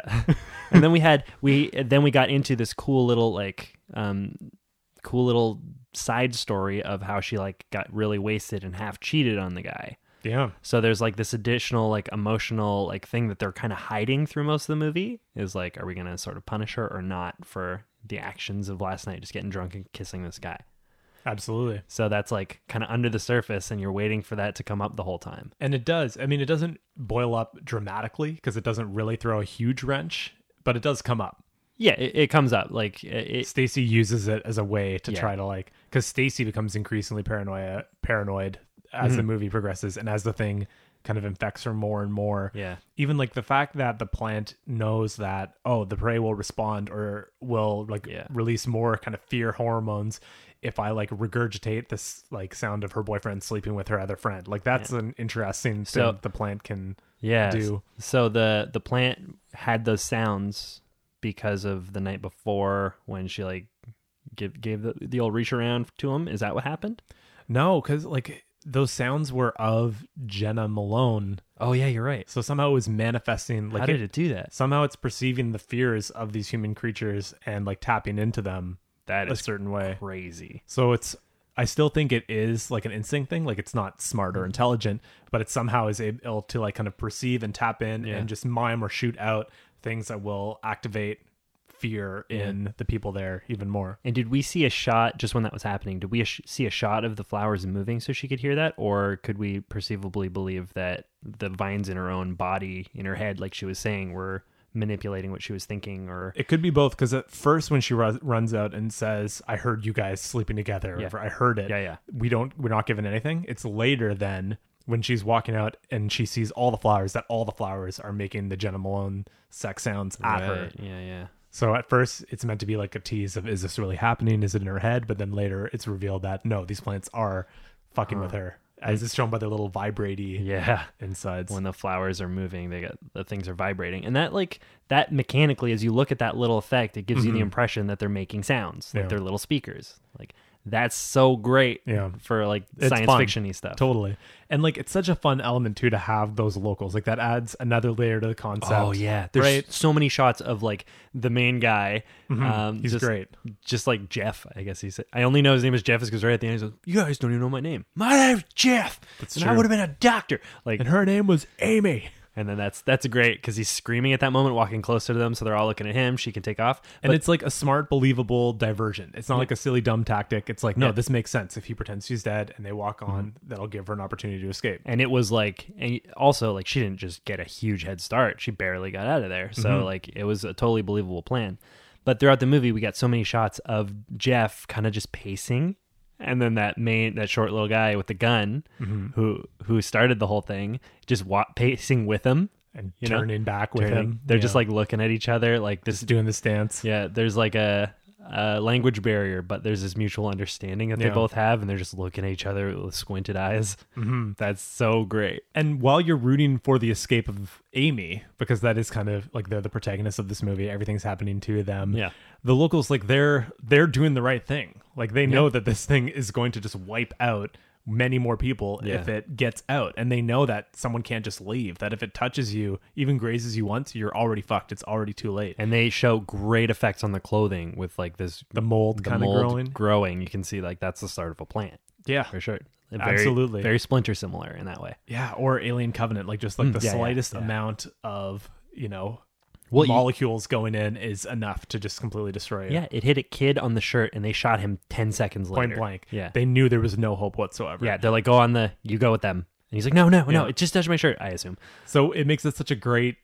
C: and then we had we then we got into this cool little like um cool little side story of how she like got really wasted and half cheated on the guy.
B: Yeah,
C: So there's like this additional like emotional like thing that they're kind of hiding through most of the movie is like are we going to sort of punish her or not for the actions of last night just getting drunk and kissing this guy.
B: absolutely.
C: So that's like kind of under the surface, and you're waiting for that to come up the whole time.
B: And it does. I mean, it doesn't boil up dramatically because it doesn't really throw a huge wrench, but it does come up.
C: Yeah, it, it comes up like it, it-
B: Stacy uses it as a way to
C: Yeah.
B: try to like because Stacy becomes increasingly paranoia paranoid as
C: Mm-hmm.
B: the movie progresses and as the thing kind of infects her more and more.
C: Yeah.
B: Even like the fact that the plant knows that oh the prey will respond or will like
C: Yeah.
B: release more kind of fear hormones if I like regurgitate this like sound of her boyfriend sleeping with her other friend. Like that's an interesting
C: So-
B: thing the plant can
C: yeah.
B: do.
C: So the the plant had those sounds because of the night before when she like give, gave the, the old reach around to him. Is that what happened?
B: No, because like those sounds were of Jenna Malone.
C: Oh yeah, you're right.
B: So somehow it was manifesting like
C: How did it do that?
B: somehow it's perceiving the fears of these human creatures and like tapping into them
C: That
B: a certain way.
C: crazy.
B: So it's I still think it is like an instinct thing, like it's not smart
C: Mm-hmm.
B: or intelligent, but it somehow is able to like kind of perceive and tap in
C: Yeah.
B: and just mime or shoot out things that will activate fear in the people there even more.
C: And did we see a shot just when that was happening? Did we ash- see a shot of the flowers moving so she could hear that, or could we perceivably believe that the vines in her own body, in her head, like she was saying, were manipulating what she was thinking? Or
B: It could be both because at first when she ru- runs out and says, "I heard you guys sleeping together,"
C: Yeah.
B: or "I heard it,"
C: Yeah, yeah.
B: we don't we're not given anything. It's later then when she's walking out and she sees all the flowers that all the flowers are making the Jenna Malone sex sounds at her.
C: Right, yeah, yeah,
B: So at first it's meant to be like a tease of is this really happening? Is it in her head? But then later it's revealed that no, these plants are fucking with her, as is shown by the little vibratey
C: yeah.
B: insides.
C: When the flowers are moving, they got the things are vibrating, and that like that mechanically, as you look at that little effect, it gives you the impression that they're making sounds, like
B: Mm-hmm. Yeah.
C: they're little speakers. Like that's so great
B: Yeah.
C: for like
B: It's
C: science
B: fun.
C: fictiony stuff.
B: Totally. And like it's such a fun element too to have those locals. Like that adds another layer to the concept.
C: Oh yeah, there's
B: Right. Mm-hmm.
C: so many shots of like the main guy. Um,
B: He's
C: just,
B: great.
C: just like Jeff. I guess he's. I only know his name is Jeff is because right at the end he's like, "You guys don't even know my name. My name's Jeff, and I
B: true.
C: would have been a doctor." Like,
B: And
C: and,
B: her name was Amy.
C: then that's that's great because he's screaming at that moment, walking closer to them, so they're all looking at him. She can take off,
B: And
C: But-
B: it's like a smart, believable diversion. It's not like a silly, dumb tactic. It's like, no,
C: Yeah.
B: this makes sense. If he pretends she's dead and they walk on, that'll give her an opportunity to escape.
C: and it was like and also like she didn't just get a huge head start she barely got out of there so
B: Mm-hmm.
C: like it was a totally believable plan but throughout the movie we got so many shots of jeff kind of just pacing and then that main that short little guy with the gun
B: Mm-hmm.
C: who who started the whole thing just wa- pacing with him
B: And
C: You know,
B: turning back with
C: Turning.
B: him.
C: they're
B: Yeah.
C: just like looking at each other like this
B: doing this dance.
C: yeah there's like a uh, language barrier, but there's this mutual understanding that
B: Yeah.
C: they both have, and they're just looking at each other with squinted eyes.
B: Mm-hmm.
C: That's so great.
B: And while you're rooting for the escape of Amy, because that is kind of like they're the protagonists of this movie, everything's happening to them.
C: Yeah.
B: The locals like they're they're doing the right thing. Like they know that this thing is going to just wipe out many more people
C: Yeah.
B: if it gets out. And they know that someone can't just leave. That if it touches you, even grazes you once, you're already fucked. It's already too late.
C: And they show great effects on the clothing with like this
B: The mold
C: the
B: kind of
C: mold
B: growing.
C: growing. You can see like that's the start of a plant
B: yeah.
C: for sure. Very-
B: Absolutely.
C: very splinter similar in that way.
B: Yeah. Or Alien Covenant, like just like the
C: Hmm, yeah, yeah,
B: slightest
C: yeah.
B: amount of, you know,
C: Well, you-
B: molecules going in is enough to just completely destroy it.
C: Yeah, it hit a kid on the shirt, and they shot him ten seconds later.
B: point blank.
C: Yeah,
B: They knew there was no hope whatsoever.
C: yeah. They're like, go on the, you go with them, and he's like, no, no, no.
B: Yeah.
C: It just touched my shirt. I assume.
B: So it makes it such a great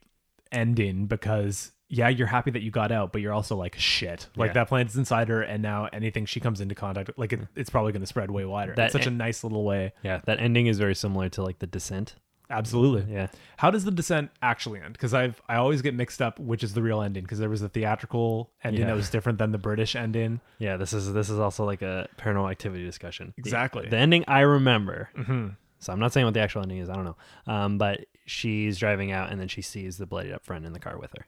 B: ending because yeah, you're happy that you got out, but you're also like shit. Like
C: Yeah.
B: that plant's inside her and now anything she comes into contact with, like it, it's probably going to spread way wider.
C: That-
B: it's such a nice little way.
C: Yeah, that ending is very similar to like the descent.
B: Absolutely.
C: Yeah.
B: How does the descent actually end? Cuz I've I always get mixed up which is the real ending because there was a theatrical ending
C: Yeah.
B: that was different than the British ending.
C: Yeah, this is this is also like a paranormal activity discussion. The-
B: Exactly. Mm-hmm.
C: The, ending I remember. So I'm not saying what the actual ending is. I don't know. Um, but she's driving out, and then she sees the bloodied up friend in the car with her.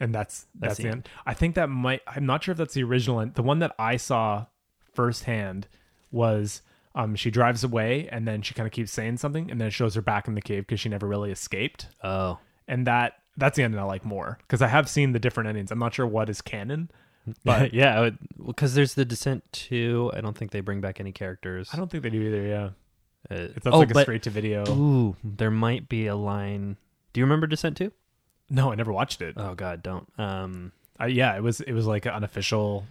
B: and that's that's,
C: the
B: the end. I think that might. I'm not sure if that's the original. End. The one that I saw firsthand was um she drives away and then she kind of keeps saying something and then it shows her back in the cave because she never really escaped.
C: Oh,
B: And that that's the ending I like more because I have seen the different endings. I'm not sure what is canon, but
C: yeah, I would because there's the descent too. I don't think they bring back any characters.
B: I don't think they do either. Yeah, Oh,
C: Uh,
B: if that's like a
C: but-
B: straight to video.
C: Ooh, there might be a line. Do you remember Descent 2?
B: No, I never watched it.
C: Oh god, don't. Um
B: I, yeah, it was it was like unofficial.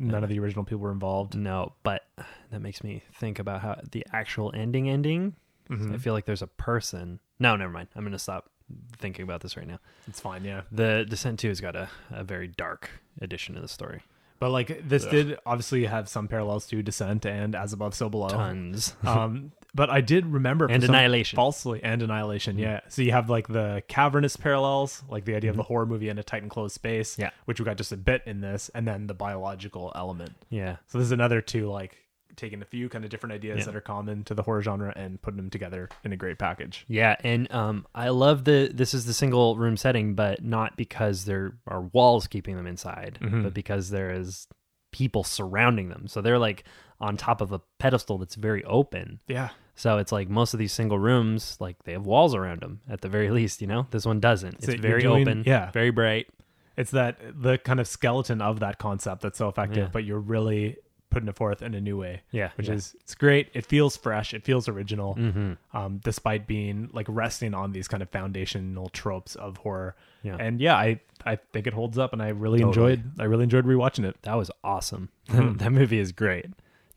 B: None of the original people were involved.
C: no, but that makes me think about how the actual ending ending. I feel like there's a person. No, never mind. I'm going to stop thinking about this right now.
B: It's fine. Yeah.
C: The Descent 2 has got a, a very dark addition to the story.
B: But like this did obviously have some parallels to Descent and As Above So Below.
C: Tons.
B: Um, but I did remember for
C: And
B: some-
C: Annihilation.
B: falsely and Annihilation. Yeah. So you have like the cavernous parallels, like the idea of a horror movie in a tight enclosed space.
C: Mm-hmm. Yeah.
B: which we got just a bit in this, and then the biological element.
C: yeah.
B: So this is another two like taking a few kind of different ideas
C: Yeah.
B: that are common to the horror genre and putting them together in a great package.
C: Yeah, and um, I love the this is the single room setting, but not because there are walls keeping them inside, but because there is people surrounding them. So they're like on top of a pedestal that's very open.
B: Yeah.
C: So it's like most of these single rooms, like they have walls around them at the very least. You know, this one doesn't. It's
B: So you're
C: very
B: doing-
C: open.
B: yeah.
C: very bright.
B: It's that the kind of skeleton of that concept that's so effective,
C: Yeah.
B: but you're really putting it forth in a new way.
C: Yeah,
B: which
C: yeah.
B: is it's great. It feels fresh. It feels original,
C: Mm-hmm.
B: um, despite being like resting on these kind of foundational tropes of horror.
C: Yeah.
B: and yeah, I I think it holds up, and I really
C: Totally.
B: enjoyed I really enjoyed rewatching it.
C: That was awesome. that movie is great.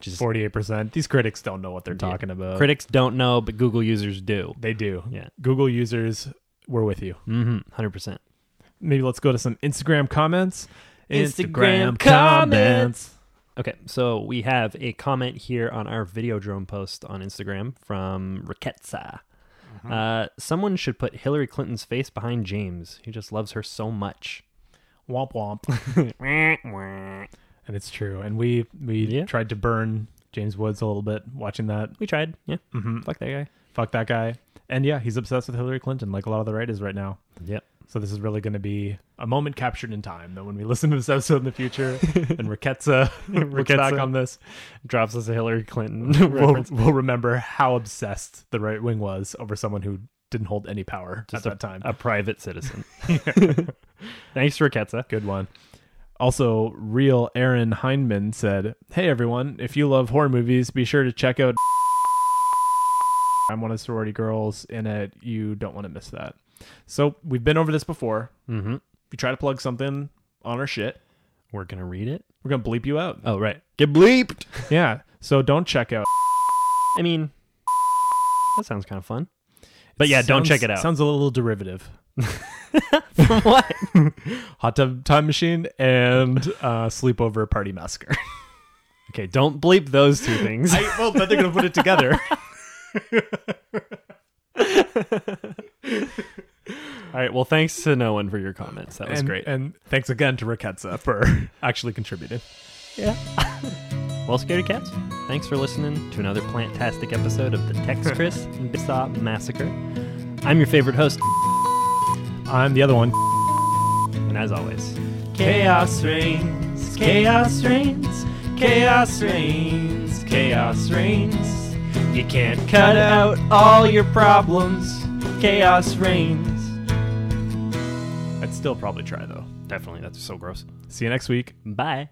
C: Just
B: Forty eight percent. These critics don't know what they're talking about.
C: critics don't know, but Google users do.
B: they do.
C: Yeah. Mm.
B: Google users, we're with you.
C: Mm-hmm. Hundred percent.
B: Maybe let's go to some Instagram comments.
C: Instagram comments. Okay, so we have a comment here on our video drone post on Instagram from Riketsa. Uh, someone should put Hillary Clinton's face behind James. He just loves her so much.
B: Womp womp.
C: we
B: and it's true. And we we
C: Yeah.
B: tried to burn James Woods a little bit watching that.
C: tried, yeah. Fuck that guy.
B: Fuck that guy. And yeah, he's obsessed with Hillary Clinton, like a lot of the right is right now.
C: Yep.
B: So this is really going to be a moment captured in time. That when we listen to this episode in the future, and Riketsa looks back
C: Riketsa.
B: on this,
C: Drops us a Hillary Clinton
B: we'll,
C: reference.
B: we'll remember how obsessed the right wing was over someone who didn't hold any power
C: Just
B: at that time.
C: A private citizen. Thanks, Riketsa.
B: Good one. Also, real Aaron Hindman said, "Hey everyone, if you love horror movies, be sure to check out. I'm one of the sorority girls in it. You don't want to miss that. So we've been over this before.
C: Mm-hmm.
B: If you try to plug something on our shit,
C: We're going to read it.
B: we're gonna bleep you out.
C: Oh, right. Get bleeped.
B: Yeah. So don't check out.
C: I mean, that sounds kind of fun. But yeah, don't
B: Sounds-
C: check it out.
B: Sounds a little derivative.
C: From what?
B: Hot tub time machine and uh, sleepover party massacre.
C: Okay, don't bleep those two things.
B: I, well, but they're gonna put it together.
C: All right. Well, thanks to no one for your comments. That was
B: and,
C: great.
B: And thanks again to Riketsa for actually contributing.
C: yeah. well, scaredy cats, thanks for listening to another plantastic episode of the Tex Chris and Bissop Massacre. I'm your favorite host,
B: I'm the other one.
C: and as always,
A: Chaos reigns, chaos reigns, chaos reigns, chaos reigns. You can't cut out all your problems. Chaos reigns.
B: I'd still probably try, though.
C: definitely that's so gross.
B: See you next week.
C: Bye.